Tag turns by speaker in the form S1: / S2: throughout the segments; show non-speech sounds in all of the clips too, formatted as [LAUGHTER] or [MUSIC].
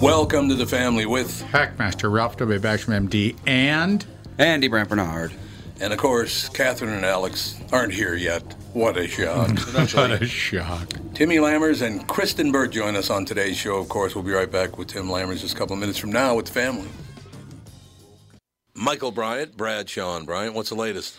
S1: Welcome to the family with,
S2: Hackmaster Ralph W. Baxman, MD, and
S3: Andy Brant Bernard.
S1: and of course, Catherine and Alex aren't here yet. What a shock.
S2: what a shock.
S1: Timmy Lammers and Kristen Burt join us on today's show. Of course, we'll be right back with Tim Lammers just a couple of minutes from now with the family. Michael Bryant, Brad Sean Bryant, what's the latest?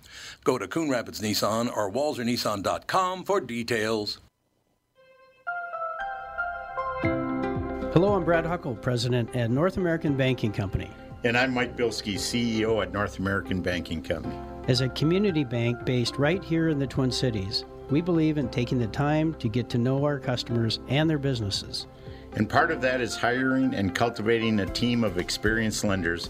S1: Go to Coon Rapids Nissan or WalzerNissan.com for details.
S4: Hello, I'm Brad Huckle, president at North American Banking Company.
S2: And I'm Mike Bilski, CEO at North American Banking Company.
S4: As a community bank based right here in the Twin Cities, we believe in taking the time to get to know our customers and their businesses.
S2: And part of that is hiring and cultivating a team of experienced lenders.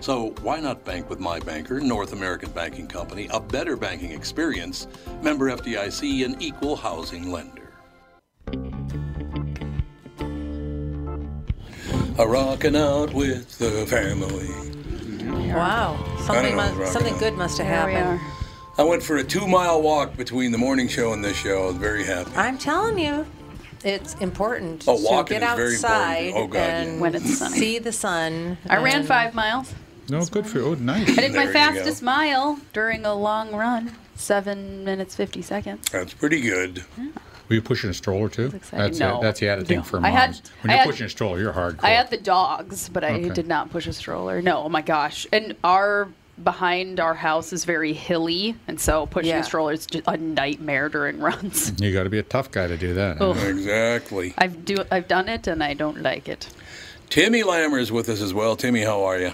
S1: So why not bank with my banker, North American Banking Company, a better banking experience, member FDIC, an equal housing lender? A rockin' out with the family.
S5: Wow, something
S1: know,
S5: mu-
S1: Rocky.
S5: something good must have
S6: There we
S5: happened.
S6: are.
S1: I went for a two mile walk between the morning show and this show. I was very happy.
S5: I'm telling you, it's important
S1: Oh,
S5: to
S1: walking
S5: get
S1: is very
S5: outside
S1: important. Oh, God, yeah.
S5: and
S6: When
S5: [LAUGHS]
S6: it's sunny.
S5: see the sun.
S6: I ran
S5: and-
S6: five miles.
S2: No, good for you. Oh, nice.
S6: I did
S1: There you
S6: my fastest
S1: go.
S6: mile during a long run, seven minutes fifty seconds.
S1: That's pretty good.
S6: Hmm.
S2: Were you pushing a stroller too?
S6: That's exciting. That's it. No. That's the added thing No. for I
S2: me.
S6: had- moms. When I you're had- pushing a
S2: stroller, you're hardcore.
S6: I had the dogs, but I
S2: Okay.
S6: did not push a stroller. No, oh my gosh! And our behind our house is very hilly, and so pushing
S5: Yeah.
S6: a stroller is just a nightmare during runs.
S2: You got to be a tough guy to do that.
S6: Oh.
S1: Exactly.
S6: I've do I've done it, and I don't like it.
S1: Timmy Lammer is with us as well. Timmy, how are you?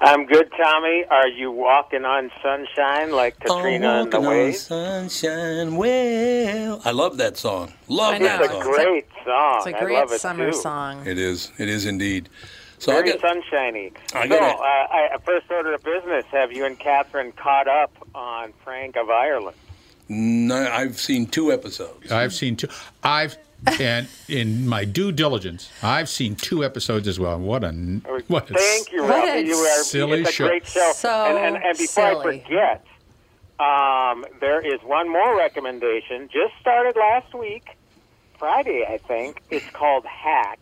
S7: I'm good, Tommy. Are you walking on sunshine like Katrina and the Waves?
S1: sunshine. Well, I love that song. Love
S5: I
S1: that
S5: know.
S7: It's
S1: song.
S7: a great song.
S5: It's a
S7: I
S5: great
S7: love it
S5: summer
S7: too.
S5: song.
S1: It is. It is indeed. So
S7: Very
S1: I got,
S7: sunshiny.
S1: I
S7: so,
S1: gotta-
S7: uh, I, I- first order of business: Have you and Catherine caught up on Frank of Ireland?
S1: no, I've seen two episodes.
S6: Uh,
S2: I've seen two. I've and in my due diligence, I've seen two episodes as well. What a n- what a
S7: Thank you,
S5: What
S7: Robbie.
S5: a
S7: You are
S2: silly
S7: it's a
S2: show.
S7: great show.
S5: So
S7: and, and, and before
S5: silly.
S7: I forget, um, there is one more recommendation. Just started last week, Friday, I think. It's called Hacks.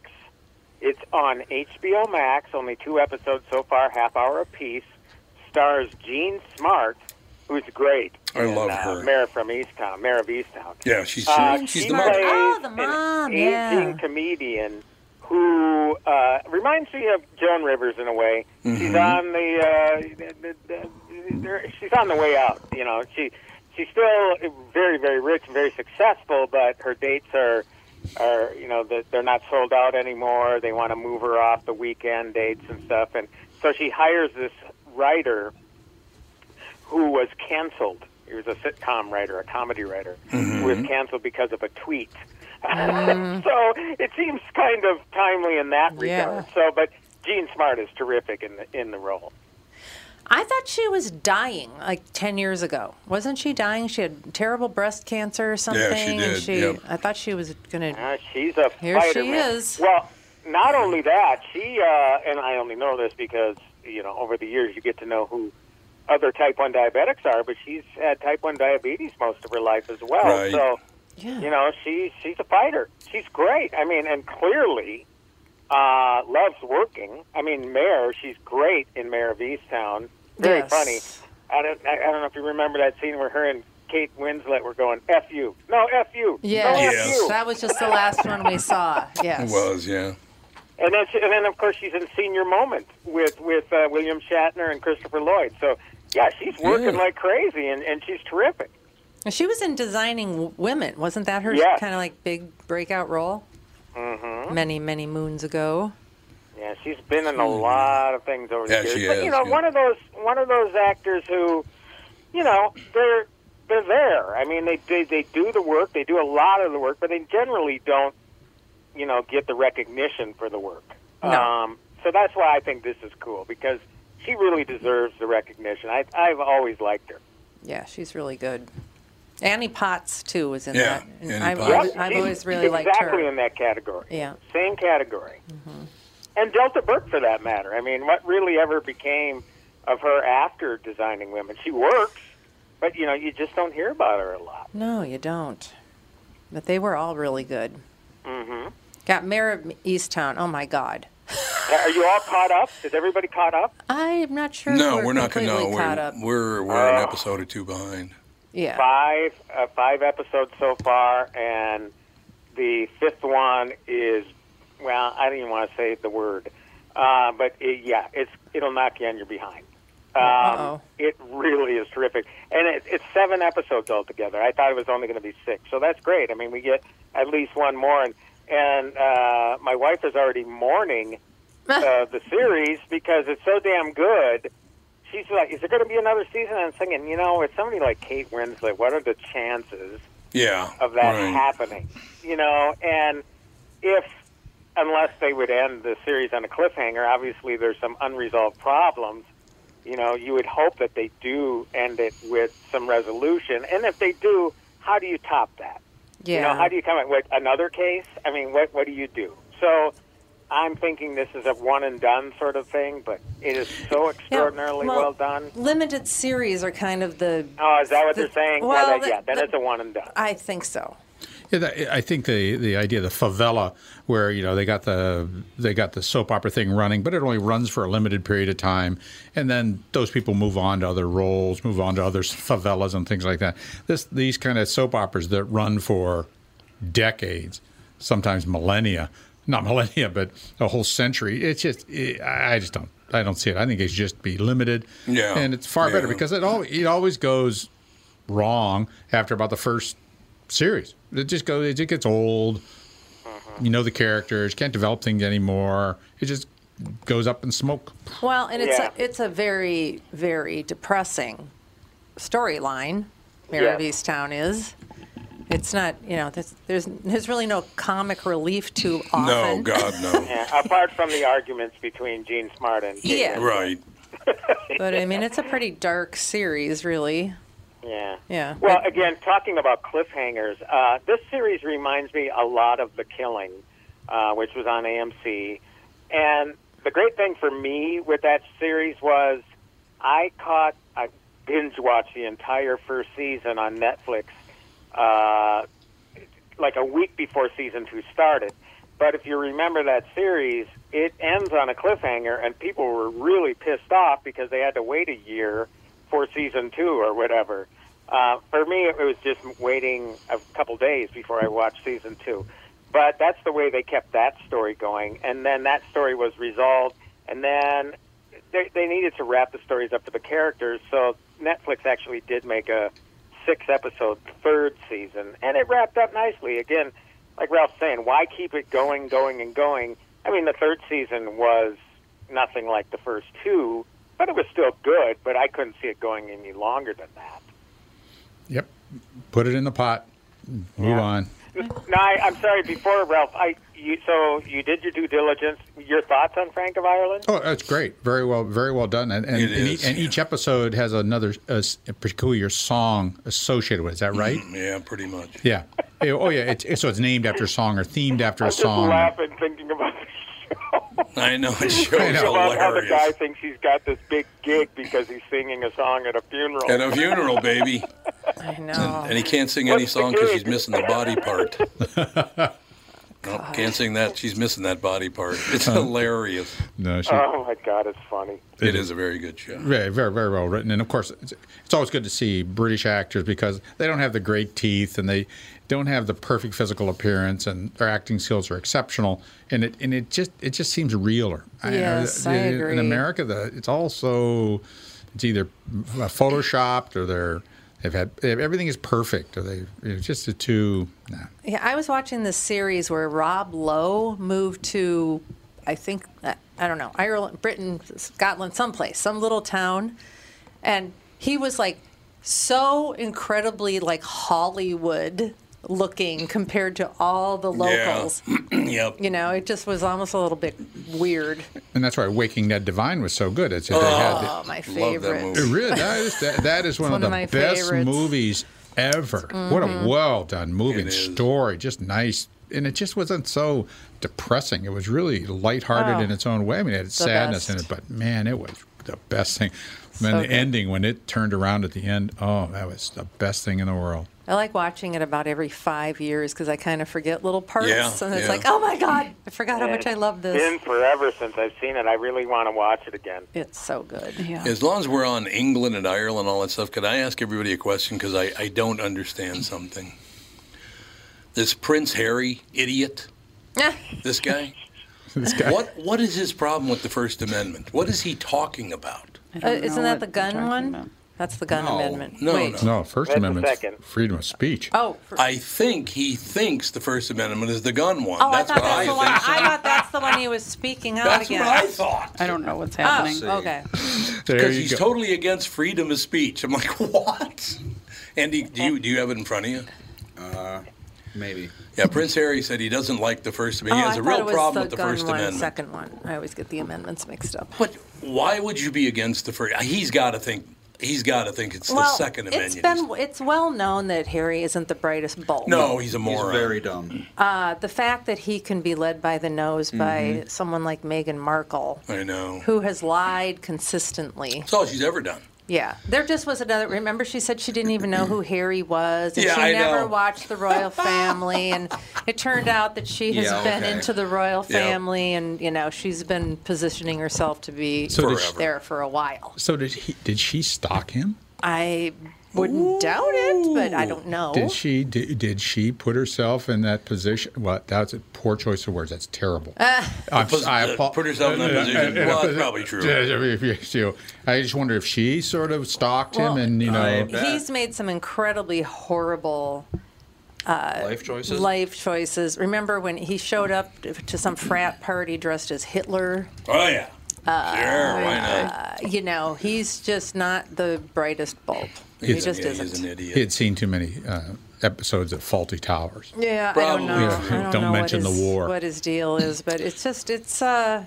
S7: It's on HBO Max, only two episodes so far, half hour apiece. Stars Jean Smart, who's great.
S1: I
S7: in,
S1: love
S7: uh,
S1: her.
S7: Mayor from Easttown, Mayor of Easttown.
S1: Yeah, she's
S7: Uh,
S1: she's,
S7: she
S1: she's the mother.
S7: plays
S5: Oh, the mom,
S7: An aging
S5: yeah.
S7: comedian who uh, reminds me of Joan Rivers in a way.
S1: Mm-hmm.
S7: She's on the, uh, the, the, the she's on the way out. You know, she she's still very very rich and very successful, but her dates are are you know that they're not sold out anymore. They want to move her off the weekend dates and stuff, and so she hires this writer who was canceled. He was a sitcom writer, a comedy writer, who was canceled because of a tweet. [LAUGHS] so it seems kind of timely in that
S5: Mm. Yeah.
S7: regard. So, but Gene Smart is terrific in the in the role.
S5: I thought she was dying like 10 years ago. Wasn't she dying? She had terrible breast cancer or something.
S1: did,
S5: And she,
S1: yep.
S5: I thought she was going to.
S7: Uh, she's a
S5: Here she
S7: fighter. man.
S5: is.
S7: Well, not only that, she uh, and I only know this because you know over the years you get to know who other type one diabetics are, but she's had type one diabetes most of her life as well.
S1: Right.
S7: Oh, So
S5: Yeah.
S7: you know she she's a fighter. She's great. I mean, and clearly uh, loves working. I mean, Mayor, she's great in Mayor of Easttown. Very
S5: Yes.
S7: funny. I don't I, I don't know if you remember that scene where her and Kate Winslet were going "f you," no "f you,"
S5: Yes.
S7: no,
S1: Yes.
S7: "f you."
S5: That was just the last one we saw. Yes.
S1: It was, yeah.
S7: And then, she, and then of course, she's in Senior Moment with with uh, William Shatner and Christopher Lloyd. So, yeah, she's working
S1: Yeah.
S7: like crazy, and, and she's terrific.
S5: And She was in Designing W- Women. Wasn't that her
S7: Yes.
S5: kind of like big breakout role? Mm-hmm. Many, many moons ago. Hmm.
S7: Yeah, she's been in a lot of things over the
S1: Yeah,
S7: years.
S1: she
S7: but
S1: has,
S7: you know,
S1: yeah.
S7: one of those one of those actors who, you know, they're they're there. I mean, they, they they do the work, they do a lot of the work, but they generally don't, you know, get the recognition for the work.
S5: No.
S7: Um, so that's why I think this is cool because she really deserves the recognition. I I've always liked her.
S5: Yeah, she's really good. Annie Potts, too, was in
S1: Yeah,
S5: that.
S1: Annie
S5: I,
S1: Potts.
S5: I, I've
S7: she's
S5: always really
S7: exactly
S5: liked her.
S7: in that category.
S5: Yeah. Mm-hmm.
S7: Same category. And Delta Burke, for that matter. I mean, what really ever became of her after designing women? She works, but you know, you just don't hear about her a lot.
S5: No, you don't. But they were all really good. Mm-hmm. Got Mayor of Easttown. Oh my God.
S7: Are you all caught up? Is everybody caught up?
S5: I'm not sure.
S1: No,
S5: if
S1: we're,
S5: we're
S1: not gonna.
S5: completely
S1: No,
S5: caught up.
S1: we're we're, we're
S7: Uh,
S1: an episode or two behind.
S5: yeah.
S7: Five uh, five episodes so far, and the fifth one is well, I don't even want to say the word, uh, but it, yeah, it's it'll knock you on your behind.
S5: Uh-oh.
S7: Um, it really is terrific, and it, it's seven episodes altogether. I thought it was only going to be six, so that's great. I mean, we get at least one more, and and uh, my wife is already mourning uh, the series because it's so damn good. She's like, "Is there going to be another season?" I'm thinking, you know, with somebody like Kate Winslet, what are the chances?
S1: Yeah.
S7: of that
S1: right.
S7: happening. You know, and if unless they would end the series on a cliffhanger, obviously there's some unresolved problems. You know, you would hope that they do end it with some resolution. And if they do, how do you top that?
S5: yeah.
S7: You know, how do you come at with another case? I mean, what what do you do? So I'm thinking this is a one and done sort of thing, but it is so
S5: Yeah,
S7: extraordinarily well, done.
S5: Limited series are kind of the.
S7: Oh, is that what
S5: the-
S7: they're saying?
S5: well,
S7: that,
S5: the-
S7: yeah, then
S5: the-
S7: it's a one and done.
S5: I think so.
S3: Yeah, that, I think the the idea of the favela, where you know they got the they got the soap opera thing running, but it only runs for a limited period of time, and then those people move on to other roles, move on to other favelas and things like that. This these kind of soap operas that run for decades, sometimes millennia, not [LAUGHS] millennia, but a whole century. It's just it, I I just don't I don't see it. I think it should just be limited.
S1: Yeah.
S3: and it's far better
S1: Yeah.
S3: because it always, it always goes wrong after about the first series. It just goes, it just gets old.
S1: Mm-hmm.
S3: You know the characters, can't develop things anymore. It just goes up in smoke.
S5: Well, and it's
S7: Yeah.
S5: a, it's a very very depressing storyline. Mayor of
S7: Yes.
S5: Easttown is. It's not you know there's there's there's really no comic relief too often.
S1: No, God, no.
S7: Yeah, apart from the arguments between Gene Smart and Kate
S5: [LAUGHS] Yeah.
S7: Winslet.
S1: right.
S5: But I mean, it's a pretty dark series, really.
S7: yeah,
S5: Yeah.
S7: Well,
S5: But-
S7: again, talking about cliffhangers, uh, this series reminds me a lot of The Killing, uh, which was on AMC, and the great thing for me with that series was I caught I binge watched the entire first season on Netflix. Uh, like a week before season two started. But if you remember that series, it ends on a cliffhanger, and people were really pissed off because they had to wait a year for season two or whatever. Uh, for me, it was just waiting a couple days before I watched season two. But that's the way they kept that story going, and then that story was resolved, and then they, they needed to wrap the stories up to the characters. So Netflix actually did make a six episode third season, and it wrapped up nicely. Again, like Ralph's saying, why keep it going, going, and going? I mean, the third season was nothing like the first two, but it was still good, but I couldn't see it going any longer than that.
S3: Yep. Put it in the pot. Move on.
S7: No, I, I'm sorry, before Ralph, I. You, so you did your due diligence. Your thoughts on Frank of Ireland?
S3: Oh, that's great. Very well, very well done. And and,
S1: It
S3: and,
S1: is,
S3: e- and each episode has another uh, s- a peculiar song associated with. it. Is that
S1: [LAUGHS]
S3: right?
S1: Yeah, pretty much.
S3: yeah. Yeah, Oh yeah. It's, it's- so it's named after a song or themed after
S7: I'm
S3: a
S7: just
S3: song.
S7: laughing thinking about the show.
S1: [LAUGHS] I know it shows
S3: I know.
S7: about how the guy
S1: hilarious.
S7: thinks he's got this big gig because he's singing a song at a funeral.
S1: At a funeral, baby,
S5: I know.
S1: and he can't sing any
S7: What's the
S1: song because
S7: gig?
S1: she's missing the
S5: [LAUGHS]
S1: body part. Nope, can't sing that. She's missing that body part. It's hilarious.
S3: No, she,
S7: [LAUGHS] oh my god, it's funny.
S1: It is a very good show.
S3: very, very, very well written. And of course, it's, it's always good to see British actors because they don't have the great teeth and they don't have the perfect physical appearance, and their acting skills are exceptional. And it and it just it just seems realer.
S5: Yes, I agree.
S3: In America, the it's all so it's either photoshopped or they're they've had they have, everything is perfect or they it's just the two. Nah.
S5: Yeah, I was watching this series where Rob Lowe moved to, I think, I I don't know, Ireland, Britain, Scotland, someplace, some little town, and he was like so incredibly like Hollywood looking compared to all the locals.
S1: [CLEARS THROAT] yep.
S5: You know, it just was almost a little bit weird.
S3: And that's why Waking Ned Divine was so good. It's that they had the-
S5: Oh, my
S1: Love that
S5: favorite.
S1: movie.
S3: It really that is that, that is one,
S5: one
S3: of
S5: of
S3: the
S5: my
S3: best
S5: favorites. Mm-hmm.
S3: movies ever. What a well done moving
S1: It is.
S3: story, just nice, and it just wasn't so depressing. It was really lighthearted
S5: Oh.
S3: in its own way. I mean, it had sadness in it,
S5: best.
S3: but man, it was the best thing. When
S5: So
S3: the
S5: good.
S3: ending, when it turned around at the end, oh, that was the best thing in the world. [LAUGHS]
S5: I like watching it about every five years because I kind of forget little parts,
S1: Yeah,
S5: and it's
S1: yeah.
S5: like, oh my god, I forgot how much I love this.
S7: It's been forever since I've seen it. I really want to watch it again.
S5: It's so good.
S6: Yeah.
S5: [LAUGHS]
S1: As long as we're on England and Ireland, all that stuff, could I ask everybody a question? Because I, I don't understand something. This Prince Harry idiot,
S5: Uh,
S1: this guy,
S3: This guy,
S1: what what is his problem with the First Amendment? What is he talking about?
S5: Uh, isn't that the gun one?
S6: About.
S5: That's the gun
S1: No,
S5: amendment.
S1: no,
S5: Wait.
S1: no.
S3: no First
S7: That's the
S3: Amendment,
S7: second.
S3: freedom of speech.
S5: Oh, for-
S1: I think he thinks the First Amendment is the gun one.
S5: oh, I
S1: that's
S5: thought
S1: what
S5: that's the
S1: I
S5: one. I
S1: think.
S5: thought that's the one he was speaking out
S1: That's
S5: again.
S1: what I thought.
S6: I don't know what's
S5: Oh,
S6: happening.
S5: okay.
S3: there
S1: Because
S3: you
S1: he's
S3: go.
S1: totally against freedom of speech. I'm like, [LAUGHS] what? Andy, do you do you have it in front of you?
S8: Maybe.
S1: Yeah, Prince Harry said he doesn't like the First
S5: Oh,
S1: Amendment. He has
S5: I
S1: a
S5: thought
S1: real
S5: it was
S1: problem
S5: the
S1: with the
S5: gun
S1: First
S5: one,
S1: Amendment.
S5: second one. I always get the amendments mixed up.
S1: But why would you be against the first? He's got to think. He's got to think it's the
S5: well,
S1: Second
S5: it's
S1: Amendment.
S5: been it's well known that Harry isn't the brightest bulb.
S1: no, he's a
S8: He's
S1: moron.
S8: very dumb.
S5: Uh, the fact that he can be led by the nose
S1: Mm-hmm.
S5: by someone like Meghan Markle,
S1: I know.
S5: who has lied consistently.
S1: That's all she's ever done.
S5: Yeah, there just was another. Remember, she said she didn't even know who Harry was, and
S1: Yeah,
S5: she
S1: I
S5: never
S1: know.
S5: watched the royal family. And it turned out that she has
S8: Yeah,
S5: been
S8: okay.
S5: into the royal
S1: Yeah.
S5: family, and you know she's been positioning herself to be
S3: So did she-
S5: there for a while.
S3: so did he? Did she stalk him?
S5: I wouldn't doubt it, but I don't know.
S3: Did she did, did she put herself in that position? Well, that's a poor choice of words. That's terrible.
S7: Ah.
S3: I'm s- I
S1: Uh,
S3: apo-
S1: put herself in that
S3: uh,
S1: position.
S3: uh, uh,
S1: Well, that's
S3: uh,
S1: probably true.
S3: uh, uh, you- I just wonder if she sort of stalked
S5: Well,
S3: him, and you know,
S8: I-
S5: He's made some incredibly horrible Uh,
S8: Life choices.
S5: life choices. Remember when he showed up to some frat party dressed as Hitler?
S1: Oh yeah. sure. Why
S3: uh,
S1: not?
S5: Oh you know, he's just not the brightest bulb. he
S1: He's an-
S5: just
S1: yeah,
S5: isn't.
S1: He's an idiot.
S3: he had seen too many uh, episodes of Faulty Towers.
S5: Yeah, I don't
S1: Probably.
S5: know.
S1: Yeah,
S5: I don't,
S3: don't
S5: know
S3: mention
S5: what
S3: the
S5: his,
S3: war.
S5: What his deal is, but it's just it's. uh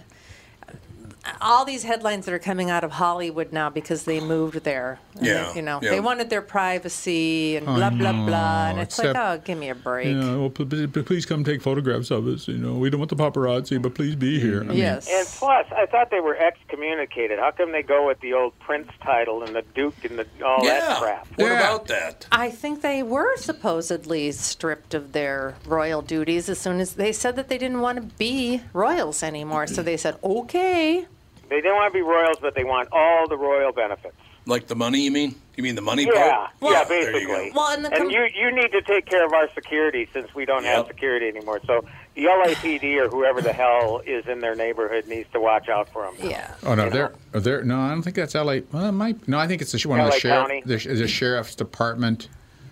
S5: all these headlines that are coming out of Hollywood now because they moved there. And
S3: Yeah,
S5: they- you know,
S3: yeah.
S5: they wanted their privacy and
S3: I
S5: blah blah blah, and
S3: know,
S5: it's like,
S3: except-
S5: oh, give me a break.
S3: Yeah, well, p- p- p- please come take photographs of us. You know, we don't want the paparazzi, but please be here. I mean,
S7: And plus, I thought they were excommunicated. How come they go with the old prince title and the duke and the, all that crap?
S1: Oh, What about that?
S5: I think they were supposedly stripped of their royal duties as soon as they said that they didn't want to be royals anymore. So they said, okay.
S7: They don't want to be royals, but they want all the royal benefits.
S1: Like the money, you mean? You mean the money
S7: yeah,
S1: part?
S7: yeah,
S1: there you go.
S7: basically.
S5: Well, and the com-
S7: you you need to take care of our security since we don't have security anymore. So the LAPD or whoever the hell is in their neighborhood needs to watch out for them.
S5: Yeah.
S3: Oh no, there, are there. No, I don't think that's L.A. Well, it might. No, I think it's the, sh- one of
S7: LA
S3: the
S7: County?
S3: sheriff, the, sh- the sheriff's department.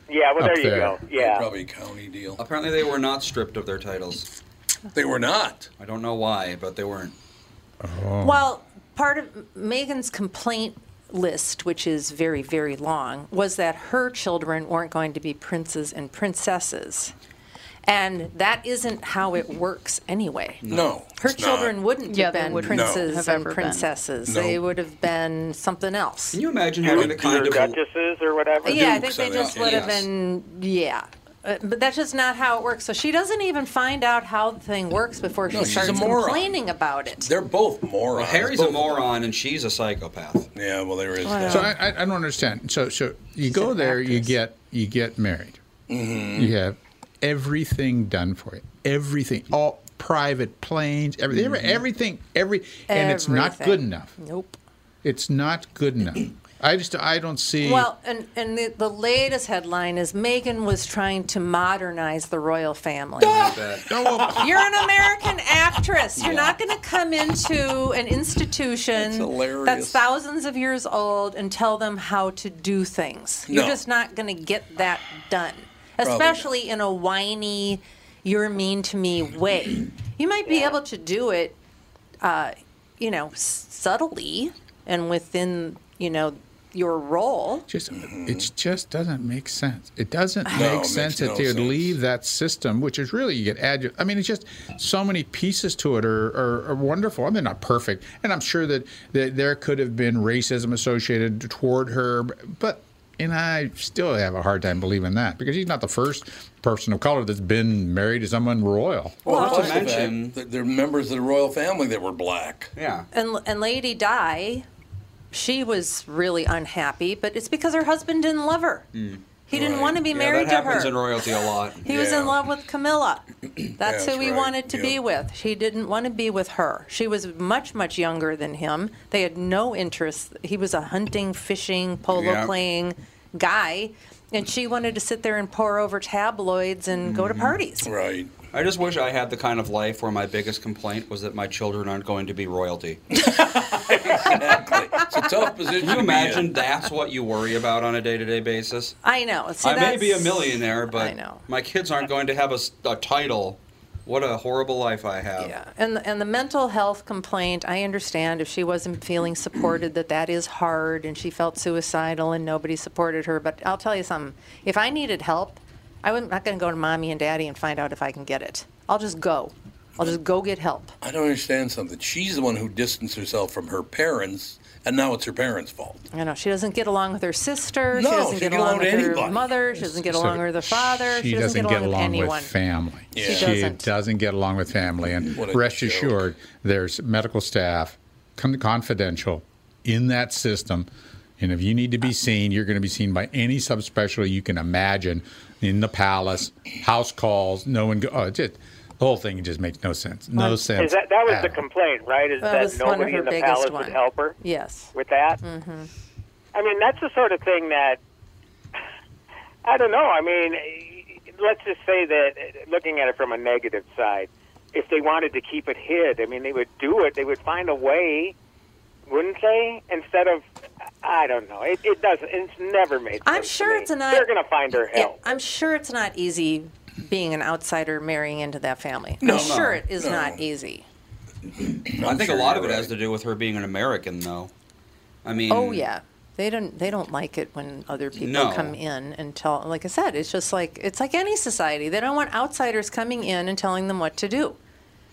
S7: Yeah, well,
S3: up
S7: there you go. Yeah.
S1: Probably county deal.
S8: Apparently, they were not stripped of their titles.
S1: They were not.
S8: I don't know why, but they weren't.
S5: Well, part of Megan's complaint list, which is very, very long, was that her children weren't going to be princes and princesses. And that isn't how it works anyway.
S1: No,
S5: Her
S1: it's
S5: children
S1: not.
S5: wouldn't
S6: Yeah,
S5: have
S6: they
S5: been
S6: wouldn't
S5: princes
S6: have
S5: and
S6: ever been.
S5: princesses.
S1: No.
S5: They would have been something else.
S8: Can you imagine
S7: Dukes
S8: having a kind
S7: or
S8: of
S7: duchesses or whatever.
S5: Yeah, I think
S1: Dukes,
S5: they
S1: I
S5: just
S1: think,
S5: would have
S8: yes.
S5: been, yeah. Uh, But that's just not how it works. So she doesn't even find out how the thing works before she
S1: No, she's a
S5: starts
S1: moron.
S5: complaining about it.
S1: They're both morons.
S8: Well, Harry's
S1: Both
S8: a
S1: of them.
S8: moron and she's a psychopath.
S1: Yeah, well, there is that.
S3: So I, I, I don't understand. So so you go
S5: an
S3: there, you
S5: actress. Mm-hmm.
S3: get you get married. You have everything done for you. Everything, all private planes, everything, everything, every, and it's not good
S5: Mm-hmm. Everything.
S3: enough.
S5: Nope.
S3: It's not good enough. I just I don't see.
S5: Well, and, and the, the latest headline is Megan was trying to modernize the royal
S1: [LAUGHS]
S5: family.
S3: No, oh, well,
S5: You're an American actress. You're not going to come into an
S1: It's
S5: institution
S1: hilarious.
S5: that's thousands of years old and tell them how to do things. You're
S1: No.
S5: just not going to get that done,
S1: not.
S5: especially in a whiny, you're mean to me way. You might be able to do it, uh, you know, subtly and within, you know, your role.
S3: just it just doesn't make sense. It doesn't
S1: Mm-hmm. it
S3: make
S1: makes
S3: sense
S1: no
S3: that they would
S1: sense.
S3: leave that system, which is really you get add. I mean, it's just so many pieces to it are, are, are wonderful. I mean, they're not perfect, and I'm sure that, that there could have been racism associated toward her, but. And I still have a hard time believing that because she's not the first person of color that's been married to someone royal.
S8: Well,
S1: Well,
S8: not
S1: plus
S8: to
S1: the fact
S8: mention-
S1: that they're members of the royal family that were black.
S8: Yeah.
S5: And, and Lady Di, she was really unhappy, but it's because her husband didn't love her. He didn't want to be
S8: Mm. Yeah,
S5: married
S8: that
S5: to
S8: happens
S5: her.
S8: in royalty a lot.
S5: He was
S1: Yeah.
S5: in love with
S8: [CLEARS THROAT]
S5: Camilla. That's
S1: That's
S5: who he
S1: right,
S5: wanted to be
S1: yep.
S5: with. He didn't want to be with her. She was much, much younger than him. They had no interest. He was a hunting, fishing, polo
S8: Yep.
S5: playing guy, and she wanted to sit there and pore over tabloids and go
S8: Mm-hmm.
S5: to parties.
S1: Right.
S8: I just wish I had the kind of life where my biggest complaint was that my children aren't going to be
S5: [LAUGHS]
S8: royalty.
S1: Exactly. It's a tough position.
S8: Can you
S1: to be
S8: imagine
S1: in.
S8: that's what you worry about on a day to day basis?
S5: I know. See,
S8: I may
S5: that's-
S8: be a millionaire, but
S5: I know.
S8: my kids aren't going to have a, s- a title. What a horrible life I have.
S5: Yeah, and the, and the mental health complaint, I understand if she wasn't feeling supported that that is hard, and she felt suicidal and nobody supported her. But I'll tell you something: if I needed help, I would not going to go to mommy and daddy and find out if I can get it. I'll just go. I'll just go get help.
S1: I don't understand something. She's the one who distanced herself from her parents, and now it's her parents' fault.
S5: You know, she doesn't get along with her sister.
S1: No,
S5: she doesn't
S1: she
S5: get
S1: doesn't
S5: along with
S1: get along with
S5: her
S1: anybody.
S5: mother. She doesn't get
S3: So
S5: along with her father.
S3: She, doesn't, get, along
S5: with anyone.
S3: with family.
S1: Yeah. She
S3: She
S5: doesn't.
S3: doesn't get along with family. And
S1: What a
S3: rest
S1: joke.
S3: assured, there's medical staff, con- confidential, in that system. And if you need to be seen, you're going to be seen by any subspecialty you can imagine in the palace, house calls, no one. Go- oh, it just, the whole thing just makes no sense. No
S7: Is
S3: sense.
S7: that that was
S3: at
S7: the
S3: all.
S7: complaint, right? Is
S5: That
S7: that,
S5: was one of
S7: nobody
S5: her
S7: in the
S5: biggest
S7: palace
S5: one.
S7: would help her?
S5: Yes. Mm-hmm.
S7: with that. I mean, that's the sort of thing that I don't know. I mean, let's just say that uh, looking at it from a negative side, if they wanted to keep it hid, I mean, they would do it. They would find a way, wouldn't they? Instead of I don't know. It, it doesn't. It's never made.
S5: I'm
S7: sense to
S5: sure
S7: me.
S5: it's an i-
S7: They're going to find her
S5: Yeah,
S7: help.
S5: I'm sure it's not easy being an outsider marrying into that family.
S1: No,
S5: I'm
S1: no,
S5: sure it is
S1: no.
S5: not easy.
S8: I think
S1: sure
S8: a lot of
S1: you're
S8: it has
S1: right.
S8: to do with her being an American, though. I mean,
S5: Oh yeah. They don't they don't like it when other people
S8: No.
S5: come in and tell like I said, it's just like it's like any society. They don't want outsiders coming in and telling them what to do.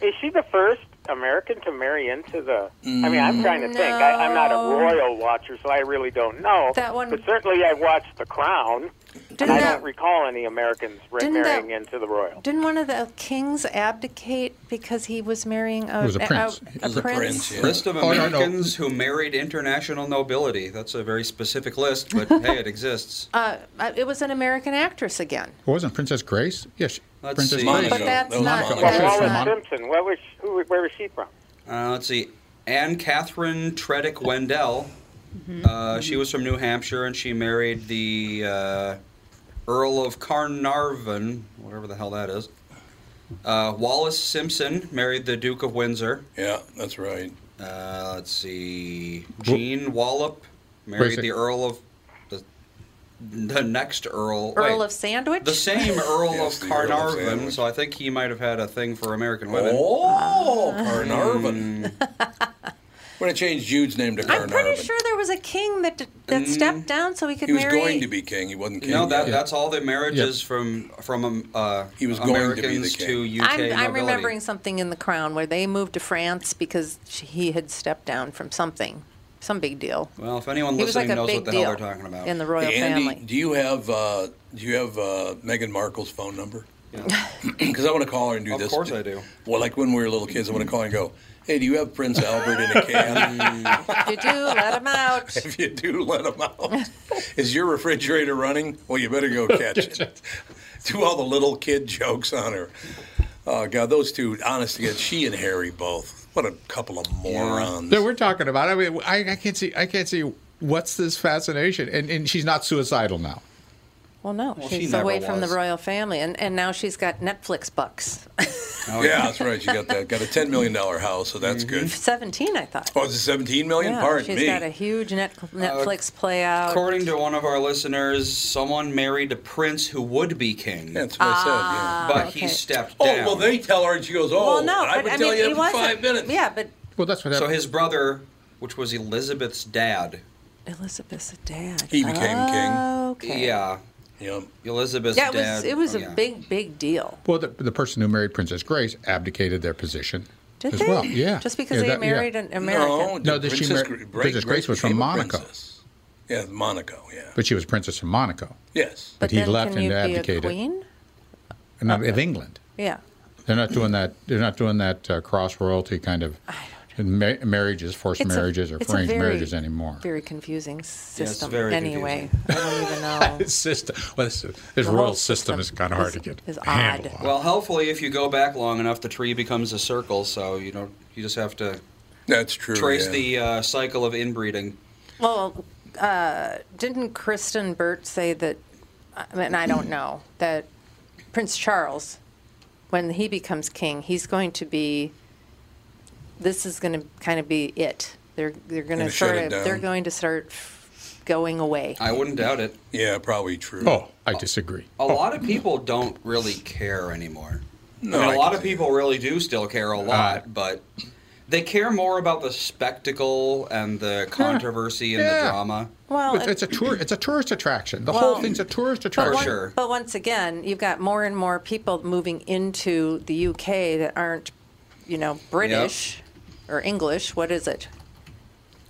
S7: Is she the first American to marry into the? I mean, I'm trying to think. I, I'm not a royal watcher, so I really don't know.
S5: That one-
S7: but certainly I watched The Crown. and
S5: Didn't
S7: I
S5: that-
S7: don't recall any Americans re-
S5: Didn't that-
S7: marrying into the royal.
S5: Didn't one of the kings abdicate because he was marrying a,
S3: He was a prince.
S5: a, a prince?
S8: List of
S3: Oh, no, no.
S8: Americans who married international nobility. That's a very specific list,
S5: [LAUGHS]
S8: but hey, it exists.
S5: Uh, it was an American actress again.
S3: Wasn't Princess Grace? Yes. she-
S8: Let's
S3: Princess
S8: see.
S3: Grace.
S5: But
S1: Monaco.
S5: that's
S1: That was
S5: not.
S1: Monaco.
S3: Well,
S5: that's
S3: she was from
S5: not-
S3: Monaco.
S7: Simpson. What was who? Where was she from?
S8: Uh, let's see. Anne Catherine Tredick Wendell.
S5: Mm-hmm.
S8: Uh, she was from New Hampshire, and she married the uh, Earl of Carnarvon, whatever the hell that is. Uh, Wallace Simpson married the Duke of Windsor.
S1: Yeah, that's right.
S8: Uh, let's see. Jean Wallop married
S3: Basic.
S8: the Earl of the, the next Earl.
S5: Earl
S8: wait,
S5: of Sandwich.
S8: the
S1: [LAUGHS]
S8: same Earl
S1: Yes,
S8: of
S1: the Earl of
S8: Carnarvon.
S1: Sandwich.
S8: so I think he might have had a thing for American women.
S1: Oh,
S8: Mm.
S1: Carnarvon.
S8: [LAUGHS]
S1: We're going to change Jude's name to
S5: I'm
S1: Carnarvon.
S5: pretty sure there was a king that that
S8: Mm-hmm.
S5: stepped down so he could
S1: he was
S5: marry.
S1: going to be king. He wasn't king.
S8: No,
S1: yet.
S8: that, that's all the marriages from from um, uh,
S1: He was going to be the
S8: Americans
S1: king.
S8: to, UK
S5: I'm, I'm
S8: nobility.
S5: remembering something in The Crown where they moved to France because she, he had stepped down from something, some big deal.
S8: Well, if anyone
S5: he was
S8: listening
S5: like a
S8: knows
S5: big
S8: what the
S5: deal
S8: hell they're talking about,
S5: in the royal
S1: Hey, Andy,
S5: family.
S1: do you have uh, do you have uh, Meghan Markle's phone number? [CLEARS THROAT] Because I want to call her and do
S8: Of
S1: this.
S8: course I do.
S1: Well, like when we were little kids, I want to call her and go, "Hey, do you have Prince Albert in a
S8: [LAUGHS]
S1: can?
S5: Did you let him out?
S1: [LAUGHS] if you do, let him out. Is your refrigerator running? Well, you
S3: [LAUGHS]
S1: better go catch it." [LAUGHS] do all the little kid jokes on her. Oh God, those two, honest to God, she and Harry both. What a couple of morons.
S3: that we're talking about. I mean, I, I can't see. I can't see what's this fascination. And and she's not suicidal now.
S5: Well, no,
S8: she
S5: she's
S8: never
S5: away from the
S8: was.
S5: royal family, and, and now she's got Netflix bucks. [LAUGHS]
S8: Oh,
S1: yeah, that's right. You got that. Got a ten million dollar house, so that's good.
S5: 17, I thought.
S1: Oh, is it seventeen million?
S5: Mm-hmm. Yeah,
S1: Pardon
S5: she's
S1: me.
S5: got a huge net, Netflix
S8: Uh,
S5: play out.
S8: According to one of our listeners, someone married a prince who would be king,
S1: That's what I said. Yeah.
S8: but
S5: Ah, okay.
S8: he stepped
S1: Oh
S8: down.
S1: well, they tell her, and she goes, "Oh,
S5: well, no,
S1: I
S5: but
S1: would
S5: I
S1: tell
S5: mean,
S1: you
S5: he
S1: in
S5: wasn't.
S1: five minutes."
S5: Yeah, but
S3: Well, that's what
S8: so
S3: happened.
S8: his brother, which was Elizabeth's dad,
S5: Elizabeth's dad.
S1: He became king.
S5: Okay.
S8: yeah,
S1: yeah.
S8: Elizabeth's
S5: Yeah, it was
S8: dad.
S5: it was
S8: oh,
S5: a
S8: yeah.
S5: big big deal.
S3: well, the, the person who married Princess Grace abdicated their position
S5: Did
S3: as
S5: they?
S3: well. Yeah,
S5: Just because
S3: Yeah,
S5: they
S3: that- yeah.
S5: married an American.
S3: No, that she
S1: Princess
S3: married-
S1: Gra-
S3: Princess Grace was from
S1: became a
S3: Monaco.
S1: princess. Yeah, Monaco. Yeah.
S3: But she was princess of Monaco,
S1: yes.
S5: but
S3: he
S5: then
S3: left
S5: can
S3: and
S5: you
S3: abdicated.
S5: Be a queen?
S3: not of England.
S5: Yeah.
S3: They're not doing that. They're not doing that uh, cross royalty kind of ma- marriages, forced
S5: It's a-
S3: marriages, or
S5: it's a
S3: arranged
S5: very-
S3: marriages anymore.
S5: Very confusing system.
S8: very
S5: anyway, I don't even
S3: [LAUGHS]
S5: know.
S1: [LAUGHS]
S3: This system, well, this, this
S5: The
S3: royal
S5: whole
S3: system,
S5: system
S3: is kind of hard
S5: is-
S3: to get
S5: is odd.
S3: handle on.
S8: Well, hopefully, if you go back long enough, the tree becomes a circle. So you don't. You just have to
S1: That's true.
S8: trace
S1: yeah.
S8: the uh, cycle of inbreeding.
S5: Well, uh, didn't Kristen Burt say that? I mean, I don't know that Prince Charles, when he becomes king, he's going to be. This is going to kind of be it. They're they're going
S1: Gonna
S5: to
S1: shut
S5: sort
S1: it
S5: of they're
S1: down.
S5: going to start f- going away.
S8: I wouldn't doubt it.
S1: Yeah, probably true.
S3: oh, I disagree.
S8: A lot of people don't really care anymore.
S1: No,
S8: I mean,
S1: I
S8: a lot
S1: can
S8: of
S1: see
S8: people really do still care a lot, but they care more about the spectacle and the controversy and
S3: Yeah.
S8: the drama.
S5: Well,
S3: it's,
S5: and-
S3: it's a tour. It's a tourist attraction. The
S5: Well,
S3: whole thing's a tourist
S8: For
S3: attraction.
S5: One-
S8: sure.
S5: But once again, you've got more and more people moving into the UK that aren't, you know, British or English. What is it?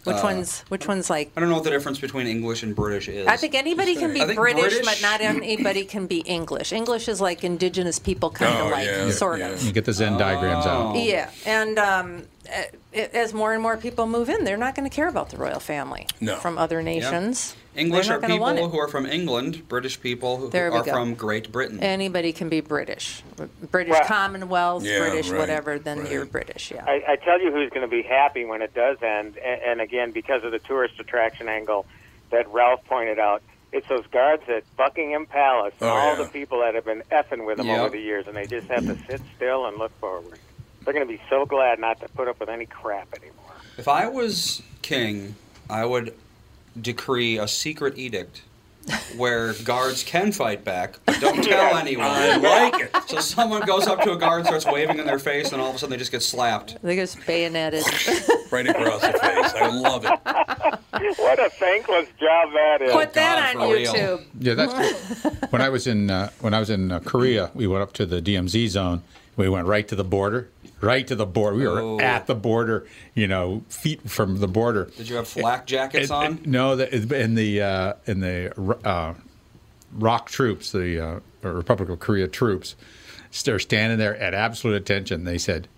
S5: Which one's which one's like?
S8: I don't know what the difference between English and British is.
S5: I think anybody can be
S8: I think
S5: British,
S8: British-
S5: but not anybody can be English. English is like indigenous people, kind of
S1: Oh,
S5: like,
S1: yeah,
S5: sort
S1: yeah.
S3: You
S5: of.
S3: get the Zen diagrams out.
S5: Oh. Yeah, and um, a- a- as more and more people move in, they're not going to care about the royal family
S1: No.
S5: from other nations.
S8: English
S5: They're
S8: are
S5: not gonna
S8: people
S5: want it.
S8: who are from England. British people who
S5: There we
S8: are
S5: go.
S8: from Great Britain.
S5: anybody can be British, British
S7: Right.
S5: Commonwealth,
S1: Yeah,
S5: British
S1: right,
S5: whatever. Then
S1: right.
S5: you're British. Yeah.
S7: I, I tell you who's going to be happy when it does end, and, and again because of the tourist attraction angle that Ralph pointed out, it's those guards at Buckingham Palace, and
S1: Oh,
S7: all
S1: yeah.
S7: the people that have been effing with them
S8: Yep.
S7: over the years, and they just have to sit still and look forward. They're going to be so glad not to put up with any crap anymore.
S8: If I was king, I would decree a secret edict where guards can fight back, but
S3: [LAUGHS]
S8: don't tell anyone.
S1: I like it.
S8: So someone goes up to a guard and starts waving in their face, and all of a sudden they just get slapped.
S5: They just bayoneted.
S1: Right across the face. I love
S7: [LAUGHS]
S1: it.
S7: what a thankless job that
S8: Oh,
S7: is.
S5: Put that on YouTube.
S3: Yeah, that's
S5: [LAUGHS]
S3: when I was in uh, when I was in uh, Korea. We went up to the DMZ zone. We went right to the border, right to the border. We were
S8: Oh.
S3: at the border, you know, feet from the border.
S8: Did you have flak jackets
S3: And-
S8: on?
S3: and- no, the, in the uh, in the uh, rock troops, the uh, Republic of Korea troops, they're standing there at absolute attention. They said,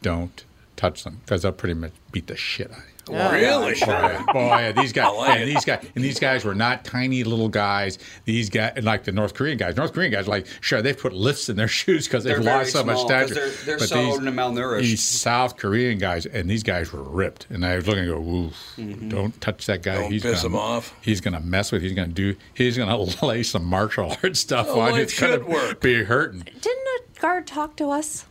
S3: "Don't touch them," because they'll pretty much beat the shit out of
S8: Oh,
S3: you.
S1: Really?
S3: Boy, boy, these
S8: [LAUGHS]
S3: guys
S1: I like
S3: and
S1: it.
S3: these guys and these guys were not tiny little guys. These guys, like the North Korean guys, North Korean guys, like sure they've put lifts in their [LAUGHS] shoes because they've
S8: They're very
S3: lost so much
S8: small, 'cause
S3: stature.
S8: they're- they're so malnourished.
S3: These South Korean guys and these guys were ripped, and I was looking and go, oof, don't touch that guy.
S1: Mm-hmm. Don't piss him off."
S3: He's gonna mess with. you. He's gonna do. He's gonna [LAUGHS] lay some martial arts stuff
S1: Oh,
S3: on
S1: well,
S3: you.
S1: it
S3: It's gonna
S1: should work.
S3: be hurting.
S5: Didn't a guard talk to us?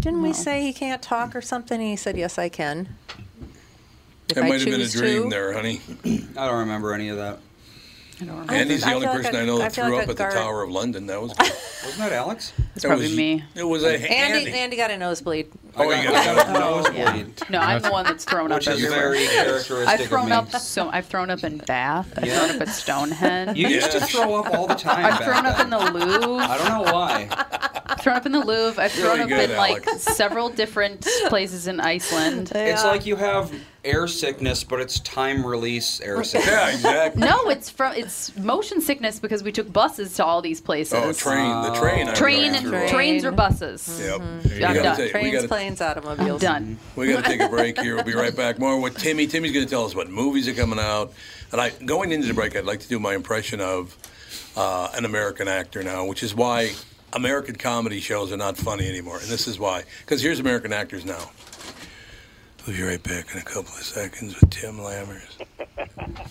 S5: Didn't we say he can't talk or something? And he said, yes, I can. [LAUGHS] If
S1: That
S5: I
S1: might have been a
S5: choose
S1: dream
S5: to.
S1: there, honey.
S8: I don't remember any of that.
S6: I don't remember.
S1: Andy's the
S5: I
S1: only
S5: feel like
S1: person
S5: a-
S1: I know
S5: I
S1: that
S5: feel
S1: threw
S5: like
S1: up
S5: a
S1: at the
S5: guard.
S1: Tower of
S5: [LAUGHS]
S1: London. That was that
S8: Wasn't that Alex?
S6: It's probably
S1: was,
S6: me.
S1: It was a
S5: Andy,
S1: Andy.
S5: Andy. got a nosebleed.
S8: I
S1: Oh,
S8: got,
S1: you
S8: I
S1: got
S8: got a nosebleed,
S6: No, I'm the one that's
S1: [LAUGHS]
S6: thrown up
S8: which is
S6: everywhere.
S8: very characteristic
S6: I've
S8: of
S6: thrown
S8: me.
S6: up so I've thrown up in Bath. I've
S8: Yeah.
S6: thrown up at
S1: [LAUGHS]
S6: Stonehenge.
S8: You used to throw up all the time.
S6: I've
S8: back
S6: thrown up
S8: then.
S6: in the Louvre.
S8: I don't know why.
S6: I've thrown up in the Louvre. I've thrown
S1: Really
S6: up
S1: good,
S6: in like
S1: Alex.
S6: several different places in Iceland.
S8: It's like you have air sickness, but it's time release air
S1: Yeah,
S8: sickness.
S5: [LAUGHS]
S1: exactly.
S6: No, it's from it's motion sickness because we took buses to all these places.
S1: Oh, train. The train. I
S6: Train
S1: remember
S6: and
S1: threw up.
S6: trains or buses.
S1: Yep. We
S6: I'm
S1: gotta
S6: done.
S1: take- we
S5: Trains,
S1: gotta-
S5: planes, automobiles.
S6: Done.
S1: We got to take a break here. We'll be right back. More with Timmy. Timmy's going to tell us what movies are coming out. And I, going into the break, I'd like to do my impression of uh, an American actor now, which is why American comedy shows are not funny anymore. And this is why. Because here's American actors now. We'll be right back in a couple of seconds with Tim Lammers.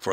S1: For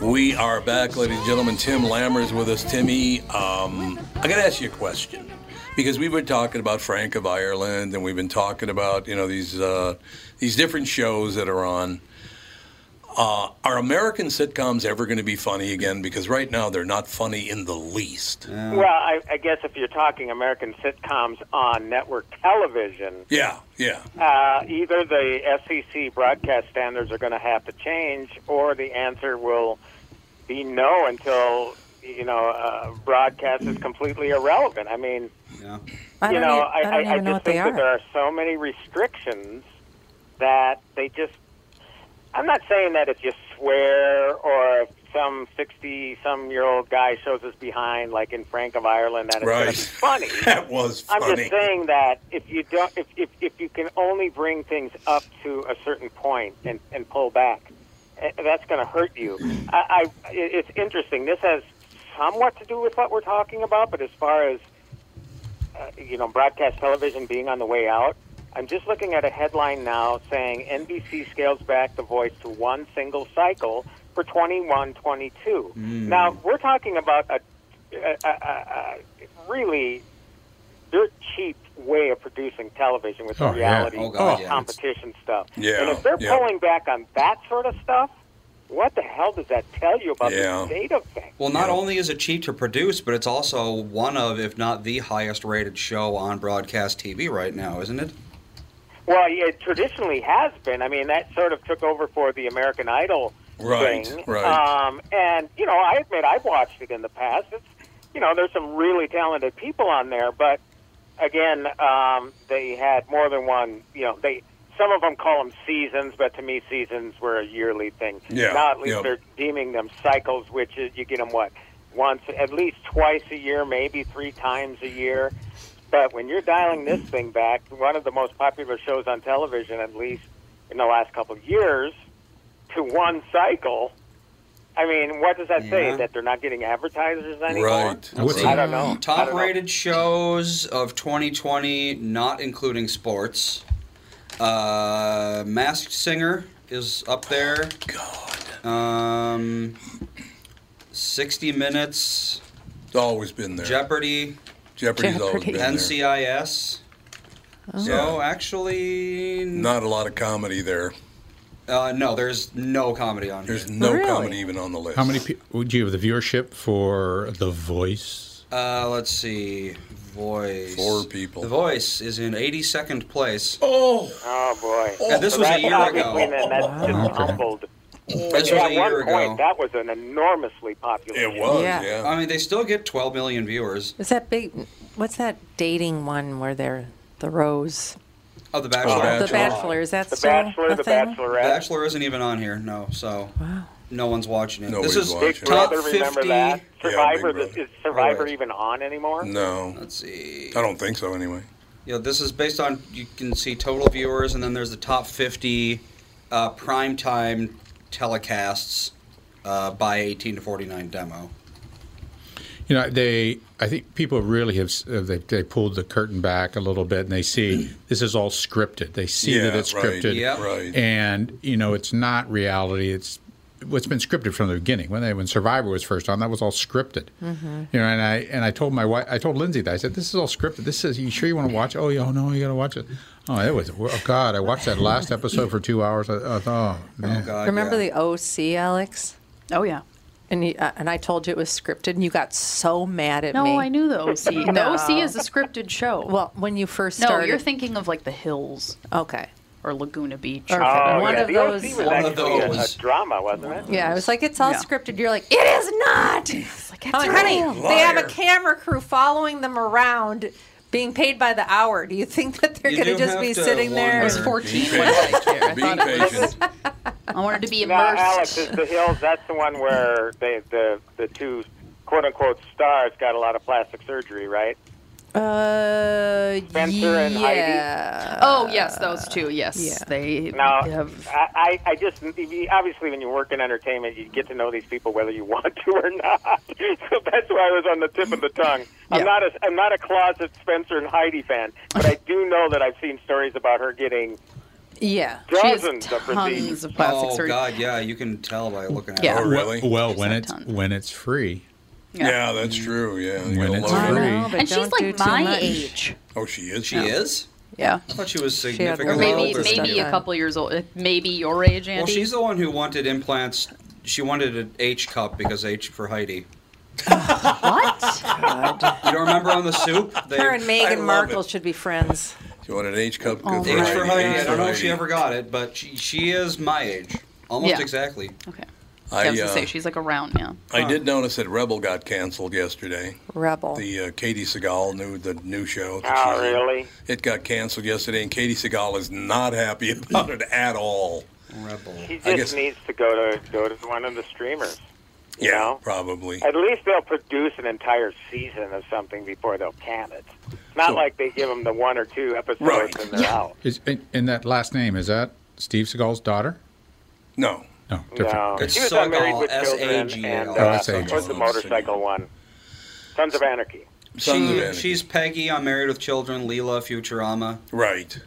S1: We are back, ladies and gentlemen. Tim Lammers with us. Timmy, um, I got to ask you a question because we've been talking about Frank of Ireland, and we've been talking about you know these uh, these different shows that are on. Uh, are American sitcoms ever going to be funny again? Because right now they're not funny in the least.
S7: Well, I, I guess if you're talking American sitcoms on network television,
S1: yeah, yeah.
S7: uh, either the FCC broadcast standards are going to have to change, or the answer will be no until you know uh, broadcast is completely irrelevant. I mean,
S5: I
S7: you
S5: don't
S7: know,
S5: e- I don't
S7: I, I,
S5: even
S7: just
S5: know what
S7: think
S5: they
S7: that
S5: are.
S7: there are so many restrictions that they just. I'm not saying that if you swear or if some 60 some year old guy shows us behind, like in Frank of Ireland, that it's going
S1: Right.
S7: to be funny.
S1: [LAUGHS] That was
S7: I'm
S1: funny.
S7: just saying that if you don't, if, if, if you can only bring things up to a certain point and, and pull back, eh, that's going to hurt you. I, I, it- it's interesting. This has somewhat to do with what we're talking about, but as far as uh, you know, broadcast television being on the way out, I'm just looking at a headline now saying NBC scales back The Voice to one single cycle for 21, 22.
S1: Hmm.
S9: Mm.
S7: Now we're talking about a, a, a, a a really dirt cheap way of producing television with
S9: Oh, yeah.
S7: reality
S9: Oh, God,
S7: and
S9: yeah.
S7: competition stuff.
S9: Yeah,
S7: and if they're
S9: yeah.
S7: pulling back on that sort of stuff, what the hell does that tell you about
S8: Yeah.
S7: the state of things?
S8: Well, not only is it cheap to produce, but it's also one of, if not the highest rated show on broadcast TV right now, isn't it?
S7: Well, yeah, it traditionally has been. I mean, that sort of took over for the American Idol
S8: Right,
S7: thing.
S8: right.
S7: Um, and you know, I admit I've watched it in the past. It's you know, there's some really talented people on there, but again, um, they had more than one. You know, they some of them call them seasons, but to me, seasons were a yearly thing.
S9: Yeah,
S7: Now at least
S9: yeah.
S7: they're deeming them cycles, which is you get them what once, at least twice a year, maybe three times a year. But when you're dialing this thing back, one of the most popular shows on television, at least in the last couple of years, to one cycle. I mean, what does that say?
S8: Yeah.
S7: That they're not getting advertisers anymore?
S8: Right.
S7: I don't know. I
S8: Top
S7: don't know.
S8: rated shows of 2020, not including sports. Uh, Masked Singer is up there. God. Um, 60 Minutes.
S1: It's always been there.
S8: Jeopardy.
S1: Jeopardy's always Jeopardy. been there.
S8: NCIS. So actually,
S1: Not a lot of comedy there.
S8: Uh, no, there's no comedy on
S1: There's
S8: here.
S1: no comedy even on the list.
S3: How many people do you have the viewership for The Voice?
S8: Uh, let's see. Voice.
S1: Four people.
S8: The Voice is in 82nd place.
S1: Oh.
S7: Oh boy.
S8: And this
S7: So
S8: was a
S7: that's
S8: year
S7: obviously
S8: ago.
S7: then that's just
S8: Wow.
S7: humbled.
S8: This was
S7: at
S8: a
S7: one
S8: year
S7: point,
S8: ago.
S7: that was an enormously popular. show.
S8: I mean, they still get 12 million viewers.
S5: Is that big? What's that dating one where they're the rose?
S8: Oh, The Bachelor.
S5: The Bachelor. Is that
S8: The
S5: still
S8: Bachelor,
S5: a
S8: The
S5: thing?
S8: Bachelorette. Bachelor isn't even on here, no. So no one's watching it.
S1: Nobody's
S8: this is
S1: watching it.
S7: Big
S8: top
S7: Brother,
S8: 50.
S7: remember that? Survivor.
S8: Brother.
S7: this- is Survivor
S8: Right.
S7: even on anymore?
S1: No.
S8: Let's see.
S1: I don't think so. Anyway.
S8: Yeah, this is based on you can see total viewers, and then there's the top 50 uh, primetime telecasts uh, by 18 to 49 demo.
S3: You know, they. I think people really have. s- uh, They, they pulled the curtain back a little bit, and they see this is all scripted. They see that
S1: Yeah,
S3: it's
S1: right,
S3: scripted,
S1: yeah. right.
S3: And you know, it's not reality. It's what's been scripted from the beginning. When they when Survivor was first on, that was all scripted.
S9: Mm-hmm.
S3: You know, and I and I told my wife, I told Lindsay that I said, "This is all scripted. This is you sure you want to watch? it? Oh, yeah, oh no, you got to watch it. Oh, it was oh God, I watched that last episode for two hours. I, I thought, oh man,
S5: Remember the OC, Alex?
S6: Oh yeah.
S5: And you, uh, and I told you it was scripted, and you got so mad at
S6: no,
S5: me.
S6: I knew the OC. The
S5: No.
S6: OC is a scripted show.
S5: Well, when you first
S6: no,
S5: started,
S6: you're thinking of like The Hills.
S5: Okay.
S6: Or Laguna Beach.
S5: Or
S7: Oh,
S5: one
S7: yeah,
S5: of
S7: the
S5: those.
S7: OC was actually a- a drama, wasn't it?
S5: yeah, I was like, it's all
S7: Yeah.
S5: scripted. You're like, it is not. I'm like, honey,
S7: real."
S5: they have a
S7: Liar.
S5: camera crew following them around, being paid by the hour. Do you think that they're
S6: You do
S5: going to just
S6: have
S5: be
S6: to
S5: sitting there?
S6: wonder. It was 14
S1: Be patient. Be patient.
S6: I wanted to be
S7: Now,
S6: immersed.
S7: Alex, is the Hills, that's the one where they, the, the two quote unquote stars got a lot of plastic surgery, right?
S5: Uh,
S7: Spencer and Heidi?
S5: yeah.
S6: Oh yes, those two. Yes, they
S7: Now,
S6: have.
S7: I, I I just, obviously, when you work in entertainment, you get to know these people whether you [LAUGHS] want to or not. So that's why I was on the tip of the tongue. I'm, not a, I'm not a closet Spencer and Heidi fan, but I do know that I've seen stories about her getting
S5: Yeah.
S7: dozens
S5: she has
S7: of procedures.
S5: tons of plastic
S8: oh,
S5: surgery.
S8: God, yeah, you can tell by looking at
S5: Yeah.
S8: it.
S5: Oh, really?
S3: Well, when it's when it's free,
S1: Yeah, that's true. Yeah. you
S3: When
S1: gotta
S3: it's
S1: love her.
S3: free.
S6: and she's like my age.
S1: Oh, she is.
S8: She is?
S6: Yeah.
S8: I thought she was
S6: She had-
S8: significantly
S6: or maybe
S8: older than
S6: maybe
S8: you.
S6: a couple years old. uh, Maybe your age, Andy.
S8: Well, she's the one who wanted implants. She wanted an H cup because H for
S5: [LAUGHS]
S8: Heidi. what? You don't remember on the soup? They-
S5: Her and
S8: I
S5: Meghan
S8: love
S5: Markle
S8: it.
S5: should be friends.
S1: You want an H cup?
S5: Oh
S8: H
S5: my
S8: for
S5: God.
S8: Heidi.
S5: H
S8: I
S5: for
S8: don't know if she
S5: Heidi.
S8: ever got it, but she, she is my age, almost
S6: Yeah.
S8: exactly.
S6: Okay.
S1: I,
S6: I was gonna
S1: uh,
S6: say she's like around now.
S1: I did notice that Rebel got canceled yesterday.
S5: Rebel.
S1: The uh, Katie Seagal new the new show. that
S7: Oh,
S1: she's in.
S7: really?
S1: It got canceled yesterday, and Katie Seagal is not happy [LAUGHS]
S7: Oh.
S1: about it at all.
S8: Rebel.
S7: He just
S1: I guess.
S7: needs to go to go to one of the streamers.
S1: yeah, probably.
S7: At least they'll produce an entire season of something before they'll can it. Not
S1: So-
S7: like they give them the one or two episodes and they're out.
S8: Oh.
S3: Is, and, and that last name is that Steve Seagal's daughter?
S1: No.
S3: No, different.
S7: No,
S3: Okay.
S7: she was on Married with Children and
S8: S.A.G.L..
S3: Oh,
S7: uh,
S3: S.A.G.L..
S7: was the motorcycle one. Sons of Anarchy.
S1: Sons of
S8: She,
S1: Anarchy.
S8: she's Peggy on Married with Children, Leela, Futurama.
S1: Right.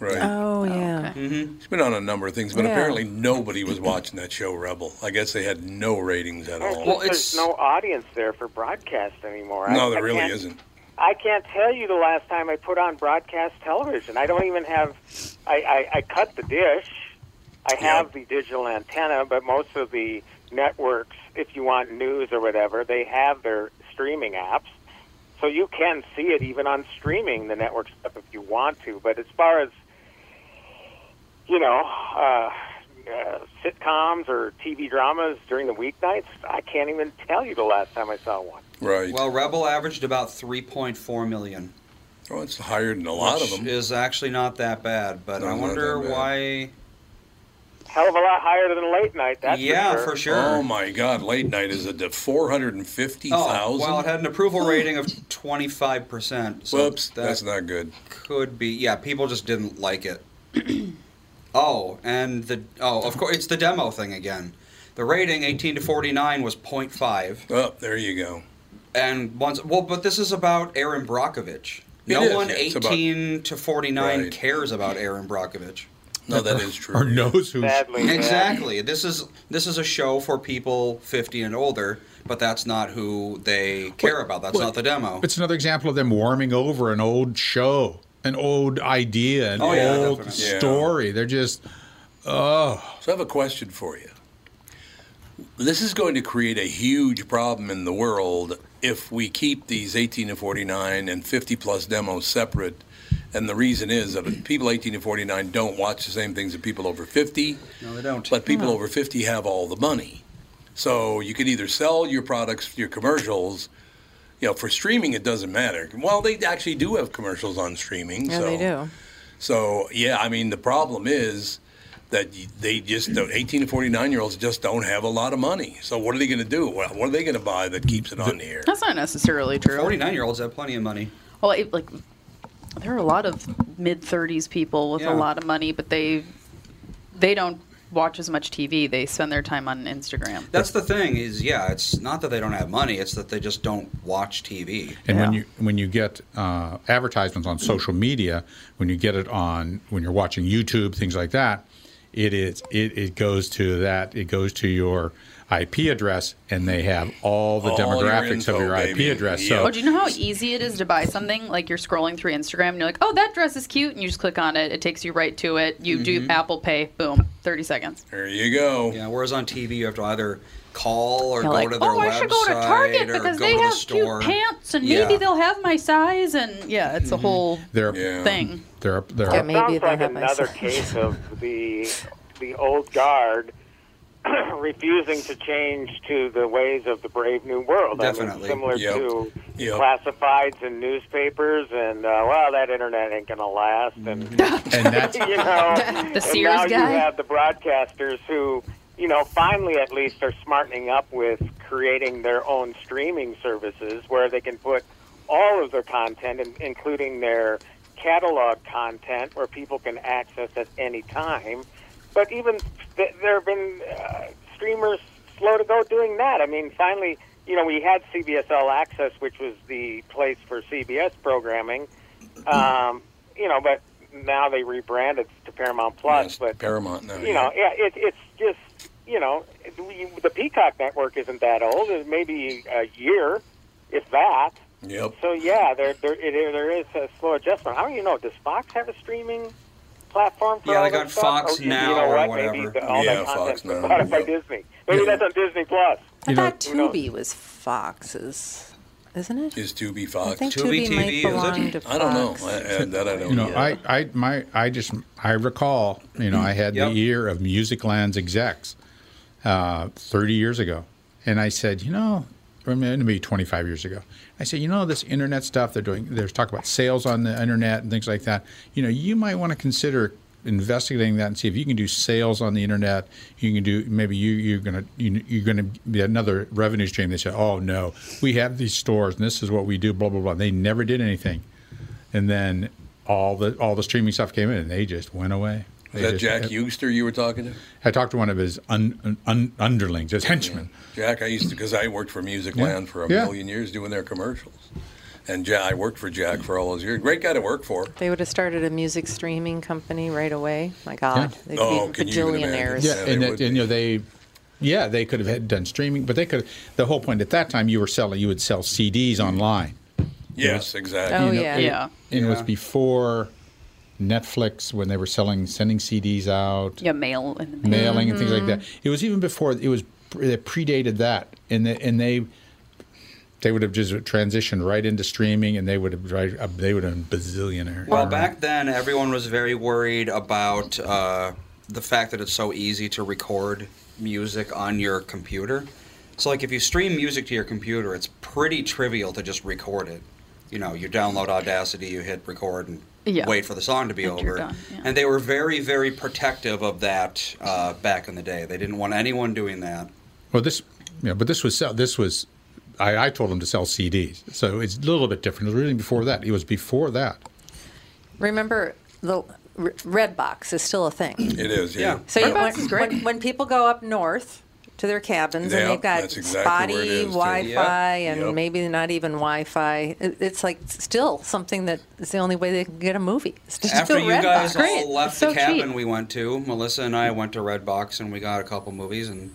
S1: Right. Mm-hmm.
S5: Oh yeah.
S1: She's been on a number of things, but
S5: Yeah.
S1: apparently nobody was watching that show, Rebel. I guess they had no ratings at all.
S8: Well,
S7: There's
S8: it's
S7: no audience there for broadcast anymore. I-
S1: no,
S7: I
S1: there really
S7: can't-
S1: isn't.
S7: I can't tell you the last time I put on broadcast television. I don't even have. I, I, I cut the dish. I have the digital antenna, but most of the networks, if you want news or whatever, they have their streaming apps. So you can see it even on streaming the network stuff if you want to. But as far as you know, uh, uh, sitcoms or TV dramas during the weeknights, I can't even tell you the last time I saw one.
S1: Right. Well,
S8: Well, Rebel averaged about 3.4 million.
S1: Oh, it's higher than a lot of
S8: which
S1: them.
S8: is actually not that bad, but
S1: No,
S8: I
S1: it's not
S8: wonder
S1: that bad.
S8: why.
S7: Hell of a lot higher than late night. That's
S8: yeah,
S7: for sure.
S1: Oh my God! Late night is a de- four hundred and fifty
S8: Oh,
S1: thousand.
S8: well, it had an approval rating of 25%. So
S1: Whoops,
S8: that
S1: that's not good.
S8: could be. Yeah, people just didn't like it. [CLEARS THROAT] oh, and the. Oh, of course, it's the demo thing again. The rating, 18 to 49, was 0.5.
S1: Oh, there you go.
S8: And once. Well, but this is about Aaron Brockovich.
S1: It
S8: No
S1: is,
S8: one
S1: yeah, it's
S8: 18 to 49
S1: Right.
S8: cares about Aaron Brockovich. [CLEARS THROAT]
S1: No, that is
S3: Or
S1: true.
S3: knows who's
S7: Sadly, yeah.
S8: Exactly. This is this is a show for people 50 and older, but that's not who they care about. That's
S3: well,
S8: not the demo.
S3: It's another example of them warming over an old show, an old idea, an
S8: Oh, yeah,
S3: old
S8: definitely.
S1: Yeah.
S3: story. They're just
S1: So I have a question for you. This is going to create a huge problem in the world if we keep these 18 to 49 and 50 plus demos separate. And the reason is that people 18 to 49 don't watch the same things that people over 50.
S8: No, they don't.
S1: But people over 50 have all the money. So you could either sell your products, your commercials, you know, for streaming it doesn't matter. Well, they actually do have commercials on streaming.
S5: Yeah,
S1: so.
S5: they do.
S1: So yeah, I mean the problem is that y- they just the 18 to 49 year olds just don't have a lot of money. So what are they going to do? What what are they going to buy that keeps it on the air?
S6: That's not necessarily true.
S8: 49 year olds have plenty of money.
S6: Well, it, like there are a lot of mid thirties people with
S8: Yeah.
S6: a lot of money, but they they don't watch as much TV. They spend their time on Instagram.
S8: That's the thing is, yeah, it's not that they don't have money, it's that they just don't watch TV.
S3: and when
S6: Yeah.
S3: you when you get uh, advertisements on social media, when you get it on when you're watching YouTube, things like that, it is it, it goes to that it goes to your IP address, and they have all the
S1: All your
S3: demographics
S1: info,
S3: of your
S1: baby.
S3: IP address.
S1: Yeah.
S3: So
S6: Oh, do you know how easy it is to buy something? Like you're scrolling through Instagram and you're like, "Oh, that dress is cute," and you just click on it. It takes you right to it. You do Apple Pay. Boom, thirty seconds.
S1: There you go.
S8: Yeah, whereas on TV you have to either call or
S6: You're
S8: go
S6: like,
S8: to their
S6: "Oh,
S8: website
S6: I should go to Target
S8: or
S6: because
S8: go
S6: they
S8: to the
S6: have
S8: store.
S6: cute pants, and
S8: Yeah.
S6: maybe they'll have my size." And yeah, it's a whole
S3: they're
S1: Yeah.
S6: thing.
S3: they're they're
S5: Yeah, maybe
S7: Sounds
S5: if I
S7: like
S5: had my
S7: another
S5: son.
S7: case
S5: [LAUGHS]
S7: of the the old guard [CLEARS THROAT] refusing to change to the ways of the brave new world. I mean,
S8: Definitely.
S7: similar
S1: Yep.
S7: to
S1: Yep.
S7: classifieds and newspapers, and uh, well, that internet ain't gonna last. And
S3: and
S6: [LAUGHS]
S3: that's
S4: [LAUGHS]
S7: you know,
S5: [LAUGHS]
S6: The
S7: and
S6: Sears
S7: now you
S6: guy?
S7: have the broadcasters who, you know, finally at least are smartening up with creating their own streaming services where they can put all of their content, in, including their catalog content, where people can access at any time. But even th- there have been uh, streamers slow to go doing that. I mean, finally, you know, we had CBS All Access, which was the place for CBS programming. Um, you know, but now they rebranded to Paramount
S1: Yes,
S7: Plus. but
S1: Paramount
S8: Oh,
S1: now.
S7: you know, yeah, it, it's just you know, it- we, the Peacock network isn't that old. It's maybe a year, if that.
S1: Yep.
S7: So yeah, there there, it, there is a slow adjustment. I don't even know. Does Fox have a streaming platform? For
S8: Yeah,
S7: all
S8: they
S7: this
S8: got
S7: stuff?
S8: Fox
S7: oh, you-
S8: Now
S7: you know
S8: or
S7: what?
S8: whatever.
S7: Maybe the, all
S8: Yeah,
S7: that
S8: Fox
S7: content's
S8: Now,
S7: bought up by
S8: yep.
S7: Disney. Maybe
S1: Yeah.
S7: that's on Disney Plus.
S5: I thought
S7: Who knows?
S5: Tubi was Fox's, isn't it?
S1: Is Tubi Fox?
S5: I think Tubi,
S8: Tubi
S5: might
S8: TV, is
S5: belong
S8: it?
S5: to
S1: I don't know.
S5: Fox.
S1: I, I, that I don't
S3: You know,
S1: know.
S3: I, I, my, I just, I recall, you know, I had
S8: Yep.
S3: the ear of Musicland's execs uh, 30 years ago. And I said, you know, or maybe 25 years ago. I said, you know, this internet stuff they're doing, there's talk about sales on the internet and things like that. You know, you might want to consider investigating that and see if you can do sales on the internet. You can do maybe you you're gonna you, you're gonna be another revenue stream. They said, oh no, we have these stores and this is what we do. Blah blah blah. They never did anything and then all the all the streaming stuff came in, and they just went away.
S1: Is
S3: They
S1: that
S3: just-
S1: Jack
S3: I,
S1: Euster you were talking to?
S3: I talked to one of his un, un, underlings, his henchmen.
S1: Jack, I used to because I worked for Music Land for a
S3: Yeah.
S1: million years doing their commercials, and ja I worked for Jack for all those years. Great guy to work for.
S5: They would have started a music streaming company right away. My God,
S3: Yeah.
S5: they'd
S1: Oh,
S5: be
S1: can you even
S5: bajillionaires.
S1: imagine? Yeah, they
S3: and,
S1: would
S3: that, and
S1: be.
S3: you know they, yeah, they could have had done streaming, but they could. The whole point at that time, you were selling, you would sell CDs online.
S1: Yes, exactly.
S5: Oh
S3: You know,
S5: yeah.
S3: it-
S6: Yeah.
S3: and it was
S8: Yeah.
S3: before Netflix when they were selling, sending CDs out.
S6: Yeah, mail in the mail.
S3: mailing and things like
S5: Mm-hmm.
S3: that. It was even before it was it predated that, and they, and they they would have just transitioned right into streaming, and they would have right, uh, they would have been bazillionaire.
S8: Well, back then, everyone was very worried about uh, the fact that it's so easy to record music on your computer. So, like, if you stream music to your computer, it's pretty trivial to just record it. You know, you download Audacity, you hit record, and
S6: Yeah.
S8: wait for the song to be
S6: And
S8: over.
S6: you're done, yeah.
S8: And they were very, very protective of that uh, back in the day. They didn't want anyone doing that.
S3: Well, this yeah, but this was sell, this was I, I told them to sell CDs, so it's a little bit different. It was really before that. It was before that.
S5: Remember the r- red box is still a thing.
S1: It is. Yeah.
S8: Yeah.
S5: So you,
S6: Mm. box
S5: when,
S6: is great.
S5: when, when people go up north to their cabins
S1: Yeah,
S5: and they've got
S1: that's exactly where it
S5: spotty
S1: is, too.
S5: Wi-Fi
S8: Yeah.
S5: and
S1: Yep.
S5: maybe not even Wi-Fi, it, it's like still something that is the only way they can get a movie. It's just
S8: After
S5: still
S8: you
S5: Redbox.
S8: guys
S6: Great.
S8: all left
S6: It's
S8: the
S6: so
S8: cabin
S6: cheap.
S8: we went to, Melissa and I went to Redbox and we got a couple movies and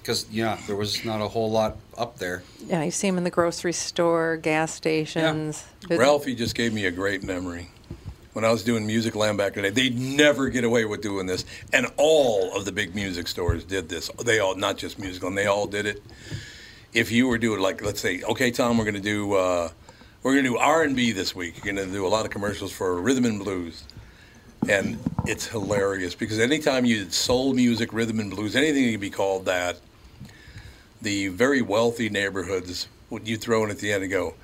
S8: because yeah, there was not a whole lot up there.
S5: Yeah, you see them in the grocery store, gas stations. It-
S1: Ralphie just gave me a great memory. When I was doing Music Land back in the day, they'd never get away with doing this. And all of the big music stores did this. They all, not just Music Land, they all did it. If you were doing like, let's say, okay, Tom, we're going to do, uh, we're going to do R&B this week. You're going to do a lot of commercials for rhythm and blues. And it's hilarious because anytime you did soul music, rhythm and blues, anything that could be called that, the very wealthy neighborhoods, what you throw in at the end and go,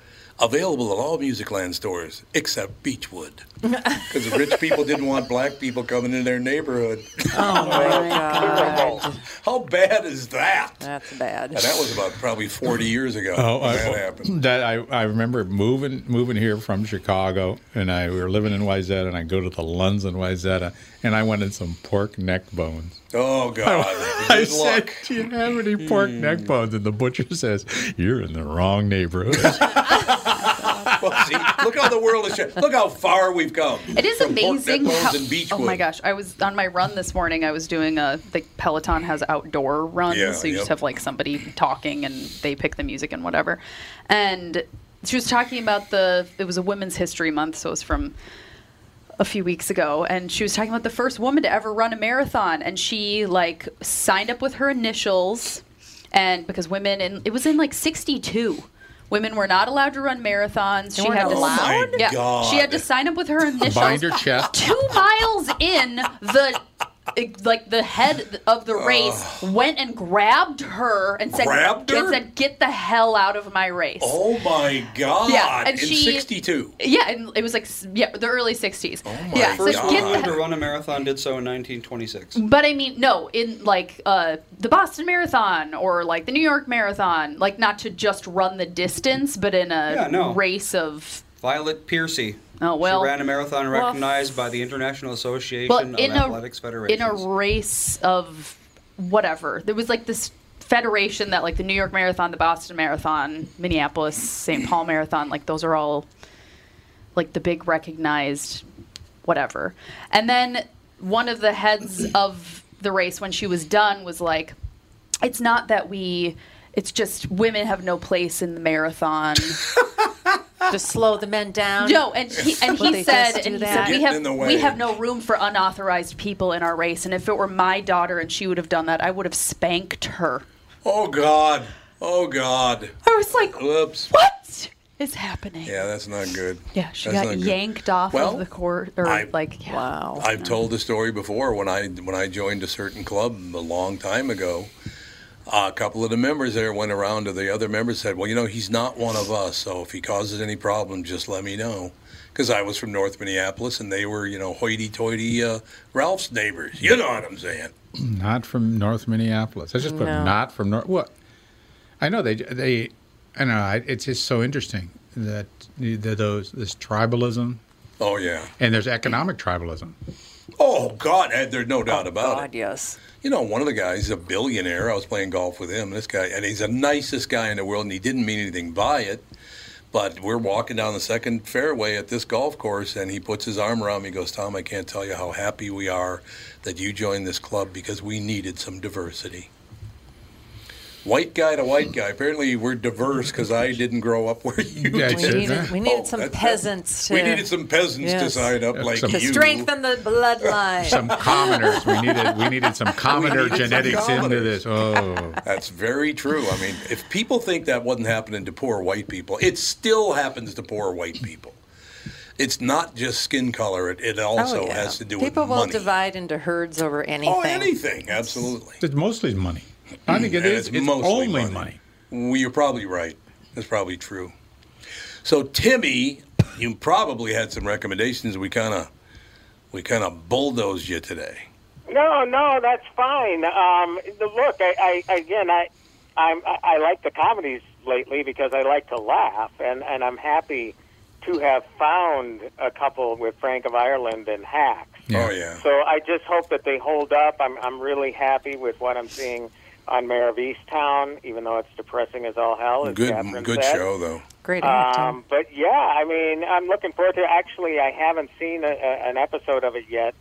S1: available at all music land stores except Beechwood.
S6: [LAUGHS]
S1: Because rich people didn't want black people coming in their neighborhood.
S5: Oh my
S6: Oh.
S5: God,
S1: How bad is that? And
S5: that's bad.
S1: that was about probably 40 years ago
S3: Oh,
S1: when
S3: I,
S1: that happened.
S3: that I, I remember moving moving here from Chicago, and I we were living in Wayzata, and I go to the Lunds in Wayzata, and I wanted some pork neck bones.
S1: Oh, God.
S3: [LAUGHS] I
S1: [LAUGHS] Good
S3: said,
S1: luck.
S3: "Do
S1: Hmm.
S3: you have any pork neck bones?" And the butcher [LAUGHS] says, "You're in the wrong neighborhood." [LAUGHS]
S1: Well, see, look how the world has changed. Look how far we've come.
S6: It is
S1: From pork
S6: amazing.
S1: neck bones
S6: how-
S1: and Beechwood.
S6: oh my gosh! I was on my run this morning. I was doing a the Peloton has outdoor runs,
S1: Yeah,
S6: so you
S1: yep.
S6: just have like somebody talking and they pick the music and whatever. And she was talking about the it was a Women's History Month, so it was from a few weeks ago and she was talking about the first woman to ever run a marathon and she like signed up with her initials and because women and it was in like 62 women were not allowed to run marathons she
S5: weren't
S6: had to
S1: Oh allowed?
S6: yeah
S1: God.
S6: she had to sign up with her initials
S3: Bind her chest.
S6: two miles in the like the head of the race went and grabbed her and said
S1: Grabbed her?
S6: and said get the hell out of my race
S1: Oh, my God.
S6: Yeah, and
S1: In
S6: she-
S1: 62.
S6: yeah and it was like s- yeah the early 60s oh
S1: my
S6: yeah
S1: God.
S6: so
S8: First
S6: get the
S8: woman to run a marathon did so in 1926.
S6: But I mean, no, in like uh, the Boston Marathon or like the New York Marathon, like not to just run the distance, but in a
S8: Yeah, no.
S6: race of
S8: Violet Piercy.
S6: Oh, well.
S8: she ran a marathon
S6: Well,
S8: recognized by the International Association
S6: but
S8: of
S6: in a
S8: Athletics
S6: in
S8: Federations.
S6: a race of whatever. There was like this federation that like the New York Marathon, the Boston Marathon, Minneapolis, St. Paul Marathon, like those are all like the big recognized whatever. And then one of the heads of the race when she was done was like,
S5: [LAUGHS]
S6: it's not that we, it's just women have no place in the marathon.
S5: to slow the men down.
S6: No, and he, and
S5: Would
S6: he
S5: they
S6: said,
S5: just do
S6: and he
S5: that?
S6: said we
S5: Getting in
S6: have
S5: the
S6: we
S5: way.
S6: have no room for unauthorized people in our race. And if it were my daughter and she would have done that, I would have spanked her.
S1: Oh God! Oh God!
S6: I was like,
S1: "Oops,
S6: what is happening?"
S1: Yeah, that's not good.
S6: Yeah, she
S1: That's
S6: got
S1: not good.
S6: yanked off
S1: Well,
S6: of the court, or
S1: I-
S6: like, yeah. wow.
S1: I've told the story before when I when I joined a certain club a long time ago. A couple of the members there went around to the other members said, "Well, you know, he's not one of us, so if he causes any problems, just let me know." Because I was from North Minneapolis, and they were, you know, hoity-toity uh, Ralph's neighbors. You know what I'm saying?
S3: Not from North Minneapolis. I just put
S1: No.
S3: not from North. What? I know they they. I know I- it's just so interesting that the, those this tribalism
S1: Oh yeah.
S3: and there's economic tribalism.
S1: Oh God, eh, there's no doubt about it.
S5: yes.
S1: You know, one of the guys is a billionaire. I was playing golf with him. And this guy, and he's the nicest guy in the world, and he didn't mean anything by it. But we're walking down the second fairway at this golf course, and he puts his arm around me. and Goes, Tom, I can't tell you how happy we are that you joined this club because we needed some diversity. White guy to white guy. Apparently, we're diverse because I didn't grow up where [LAUGHS] you
S5: We
S1: did.
S5: needed, we needed some
S1: Oh, that's-
S5: peasants to.
S1: We needed some peasants to
S5: Yes.
S1: sign up like
S5: to
S1: you.
S5: strengthen the bloodline.
S1: [LAUGHS]
S3: Some commoners. We needed we needed some commoner
S1: needed some
S3: genetics into
S1: commoners.
S3: this. Oh,
S1: That's very true. I mean, if people think that wasn't happening to poor white people, it still happens to poor white people. It's not just skin color. It, it also
S5: Oh, yeah.
S1: has to do
S5: People
S1: with
S5: will
S1: money.
S5: divide into herds over anything.
S1: Oh, anything, absolutely.
S3: it's mostly money. I think it
S1: And
S3: is. It's, only money.
S1: Well, you're probably right. That's probably true. So Timmy, you probably had some recommendations. We kind of, we kind of bulldozed you today.
S7: No, Oh, no, that's fine. Um, the- look, I, I again, I, I'm, I I like the comedies lately because I like to laugh, and and I'm happy to have found a couple with Frank of Ireland and Hack.
S1: Oh yeah.
S7: So I just hope that they hold up. I'm I'm really happy with what I'm seeing on Mayor of Easttown, even though it's depressing as all hell. As
S1: Good,
S7: Catherine
S1: good
S7: said.
S1: show though.
S5: Great
S7: Um, but yeah, I mean, I'm looking forward to. it. Actually, I haven't seen a, a, an episode of it yet.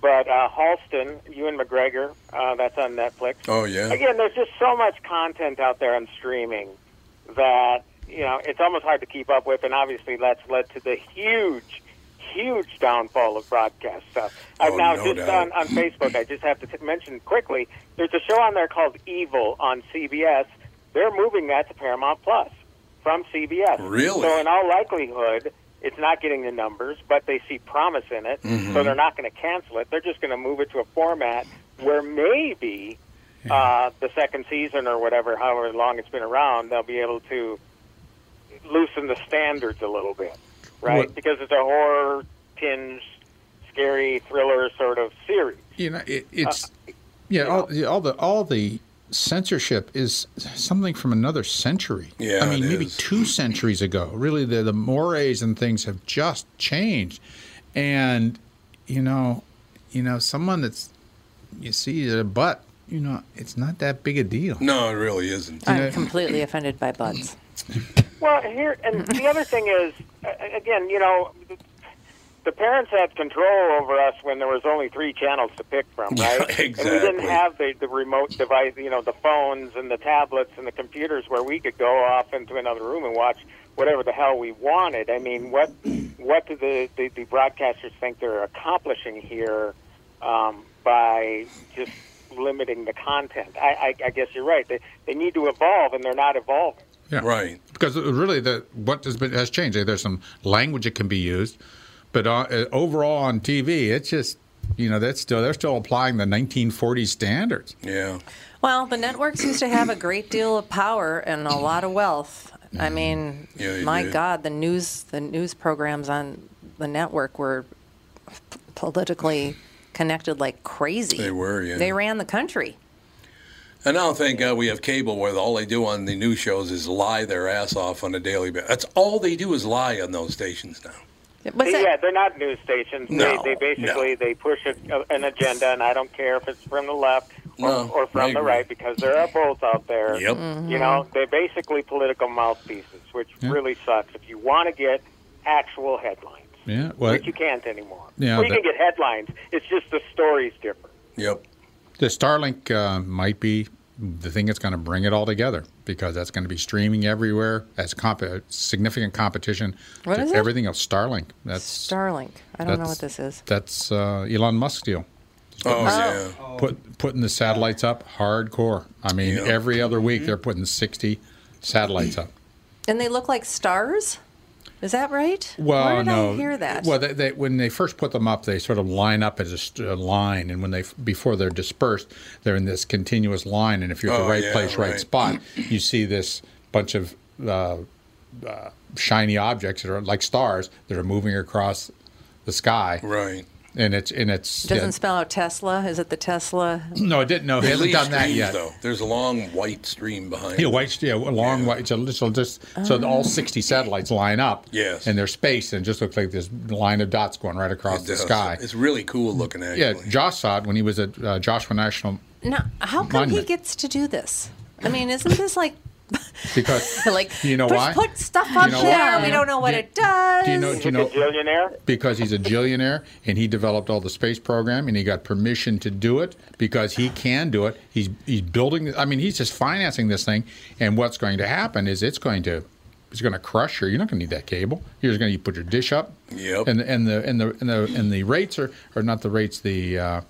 S7: But uh, Halston, Ewan McGregor, uh, that's on Netflix.
S1: Oh yeah.
S7: Again, there's just so much content out there on streaming that you know it's almost hard to keep up with, and obviously that's led to the huge, huge downfall of broadcast stuff. I've
S1: Oh,
S7: now
S1: no
S7: just
S1: doubt.
S7: on, on Facebook. I just have to t- mention quickly. There's a show on there called Evil on CBS. They're moving that to Paramount Plus from CBS.
S1: Really?
S7: So in all likelihood. It's not getting the numbers, but they see promise in it,
S1: Mhm.
S7: so they're not going to cancel it. They're just going to move it to a format where maybe uh, the second season or whatever, however long it's been around, they'll be able to loosen the standards a little bit, right?
S3: What-
S7: Because it's a horror tinged, scary thriller sort of series.
S3: You know,
S1: Uh,
S3: it, it's yeah. All, yeah, all the all the censorship is something from another century.
S1: Yeah,
S3: I mean,
S1: it
S3: maybe
S1: is.
S3: two centuries ago. Really, the the mores and things have just changed, and you know, you know, someone that's you see their butt. You know, it's not that big a deal.
S1: No, it really isn't.
S5: I'm completely offended by buds.
S7: Well, here and the other thing is, a- again, you know, the parents had control over us when there was only three channels to pick from, right? And we
S1: exactly.
S7: didn't have the, the remote device, you know, the phones and the tablets and the computers where we could go off into another room and watch whatever the hell we wanted. I mean, what what do the the, the broadcasters think they're accomplishing here um, by just limiting the content? I, I, I guess you're right. They they need to evolve, and they're not evolving.
S3: Yeah.
S1: Right.
S3: Because uh, really, the what has been has changed. eh, There's some language that can be used, but uh, uh, overall on TV, it's just you know that's still they're still applying the 1940s standards.
S1: Yeah.
S5: Well, the networks used to have a great deal of power and a lot of wealth. I mean,
S1: Mm-hmm. Yeah, they
S5: my
S1: did.
S5: God, the news the news programs on the network were p- politically connected like crazy.
S1: They were, yeah.
S5: They ran the country.
S1: And now, thank God, uh, we have cable where all they do on the news shows is lie their ass off on a daily basis. That's all they do is lie on those stations now.
S7: yeah, they're not news stations.
S1: No,
S7: they, they basically they push a, an agenda, and I don't care if it's from the left or,
S1: No,
S7: or
S1: I
S7: from the
S1: agree.
S7: right because there are both out there.
S1: Yep.
S5: Mm-hmm.
S7: You know, they're basically political mouthpieces, which really sucks. If you want to get actual headlines,
S3: Yeah. Well,
S7: which you can't anymore,
S3: Yeah,
S7: well, you
S3: that-
S7: can get headlines. It's just the story's different.
S1: Yep.
S3: the Starlink uh, might be the thing that's going to bring it all together because that's going to be streaming everywhere as comp- significant competition
S5: What
S3: to
S5: is it?
S3: everything else. Starlink. That's
S5: Starlink. I don't know
S3: that's-
S5: what this is.
S3: That's uh, Elon Musk deal.
S1: Oh,
S5: Oh.
S1: yeah.
S3: Put putting the satellites up hardcore. I mean,
S1: Yeah.
S3: every other week they're putting sixty satellites up.
S5: And they look like stars? Is that right?
S3: Well,
S5: Where did
S3: no.
S5: I hear that?
S3: Well, they, they, when they first put them up, they sort of line up as a st- a line, and when they before they're dispersed, they're in this continuous line. And if you're at
S1: Oh,
S3: the right
S1: yeah,
S3: place, right,
S1: right.
S3: spot, you see this bunch of uh, uh, shiny objects that are like stars that are moving across the sky.
S1: Right.
S3: And it's and it's
S5: Doesn't
S3: yeah.
S5: spell out Tesla. Is it the Tesla?
S3: no, it didn't. No, he
S1: They
S3: hasn't
S1: leave
S3: done that
S1: streams,
S3: yet.
S1: Though. There's a long white stream behind.
S3: Yeah,
S1: it.
S3: white, yeah, a long white. So, so just so all
S5: Oh.
S3: sixty satellites line up.
S1: Yes.
S3: and they're spaced, and it just looks like this line of dots going right across
S1: It
S3: the
S1: does.
S3: sky.
S1: It's really cool looking, actually.
S3: yeah, Josh saw it when he was at uh, Joshua National
S5: No. How come
S3: Monument.
S5: he gets to do this? I mean, isn't this like
S3: because
S5: [LAUGHS] like
S3: [LAUGHS] You know
S5: put,
S3: why?
S5: put stuff up
S3: know
S5: there?
S3: why?
S5: We don't know what
S3: Do-
S5: it does.
S3: do you know do you know
S7: Billionaire?
S3: because he's a billionaire and he developed all the space program and he got permission to do it because he can do it. He's he's building. I mean, he's just financing this thing. And what's going to happen is it's going to it's going to crush you. You're not going to need that cable. You're just going to you put your dish up.
S1: Yep.
S3: And and the and the and the and the rates are or not the rates the uh,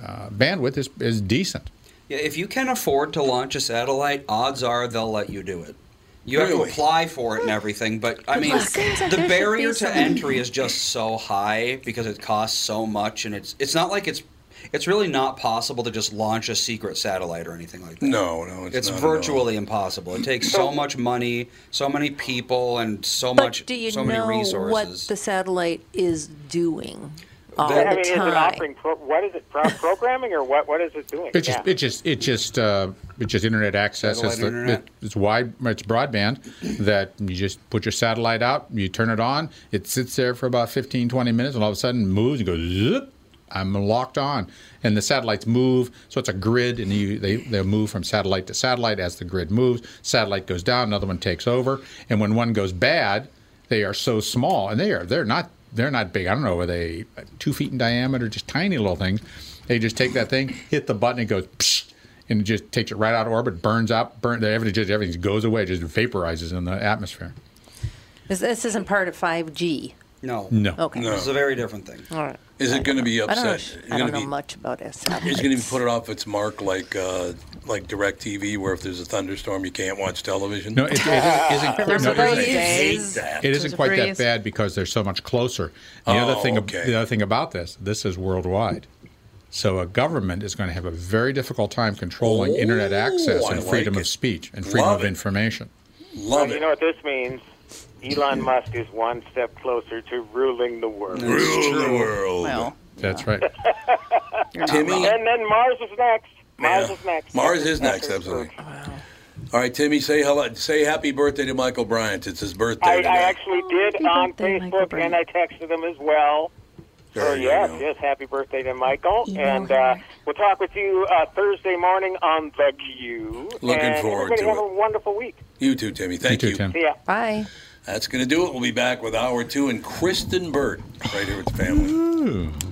S3: uh, bandwidth is is decent.
S8: Yeah, if you can afford to launch a satellite, odds are they'll let you do it. You have to
S1: Really?
S8: apply for it and everything, but I mean,
S5: It seems like
S8: the
S5: there should be
S8: barrier
S5: some-
S8: to entry is just so high because it costs so much, and it's it's not like it's it's really not possible to just launch a secret satellite or anything like that.
S1: No, no, it's,
S8: It's
S1: not at all.
S8: virtually impossible. It takes so much money, so many people, and so
S5: but
S8: much,
S5: do you
S8: so many
S5: know what
S8: resources.
S5: the satellite is doing all
S8: That-
S7: I
S5: the
S7: mean, is it
S5: time?
S7: offering? Pro- what is it? Pro- programming or what? What is it doing?
S3: It's just
S7: Yeah.
S3: it just it just uh, it's just internet access. It's,
S8: Satellite
S3: the-
S8: internet.
S3: it's wide. It's broadband that you just put your satellite out, you turn it on, it sits there for about 15, 20 minutes, and all of a sudden moves and goes. Zip, I'm locked on, and the satellites move. So it's a grid, and you they they move from satellite to satellite as the grid moves. Satellite goes down, another one takes over, and when one goes bad, they are so small, and they are they're not they're not big. I don't know, are they two feet in diameter, just tiny little things. They just take that thing, hit the button, it goes, psh, and it just takes it right out of orbit, burns out, burn everything just everything just goes away, just vaporizes in the atmosphere.
S5: This, this isn't part of 5G.
S8: no,
S3: No.
S5: Okay.
S8: It's a very different thing.
S5: All right.
S1: Is it going to be
S5: I don't know,
S1: upset?
S5: sh-
S1: You're
S5: I
S1: gonna
S5: don't know
S1: be-
S5: much about it.
S1: It's going to put it off its mark like uh, like Directv, where if there's a thunderstorm, you can't watch television.
S3: No, it, it isn't.
S1: [LAUGHS]
S5: Remember
S3: no, it
S5: those
S3: isn't-
S5: days?
S1: that.
S3: It
S6: Those
S3: isn't
S6: are
S3: quite that
S6: breeze.
S3: bad because they're so much closer. The other
S1: Oh,
S3: thing,
S1: okay.
S3: the other thing about this, this is worldwide. So a government is going to have a very difficult time controlling internet
S1: Oh,
S3: access
S1: I
S3: and
S1: like
S3: freedom
S1: it.
S3: of speech and freedom
S1: Love
S3: of
S1: it.
S3: information.
S1: Love
S7: You
S1: it.
S7: know what this means? Elon Musk is one step closer to ruling the world.
S1: Rule the world.
S6: Well,
S3: That's right.
S6: you're not
S1: Mm, Timmy,
S6: wrong.
S7: And then Mars is next. Mars
S1: Yeah.
S7: is next.
S1: Mars is next, absolutely. All right, Timmy, say hello. Say happy birthday to Michael Bryant. It's his birthday
S7: I, I
S1: today.
S7: actually
S5: Oh,
S7: did
S6: Happy
S7: on
S6: birthday, Michael
S7: Facebook,
S6: Brown.
S7: and I texted him as well.
S1: There
S7: So
S1: you
S7: yes,
S1: go.
S7: yes, happy birthday to Michael,
S6: Email
S7: and uh,
S6: her.
S7: we'll talk with you uh, Thursday morning on the Q.
S1: Looking
S7: and
S1: forward
S7: everybody
S1: to
S7: have
S1: it.
S7: a wonderful week.
S1: You too, Timmy. Thank
S3: you
S1: you.
S3: too, Tim.
S7: See ya.
S5: Bye.
S1: That's going to do it. We'll be back with hour two and Kristen Burt right here with the family.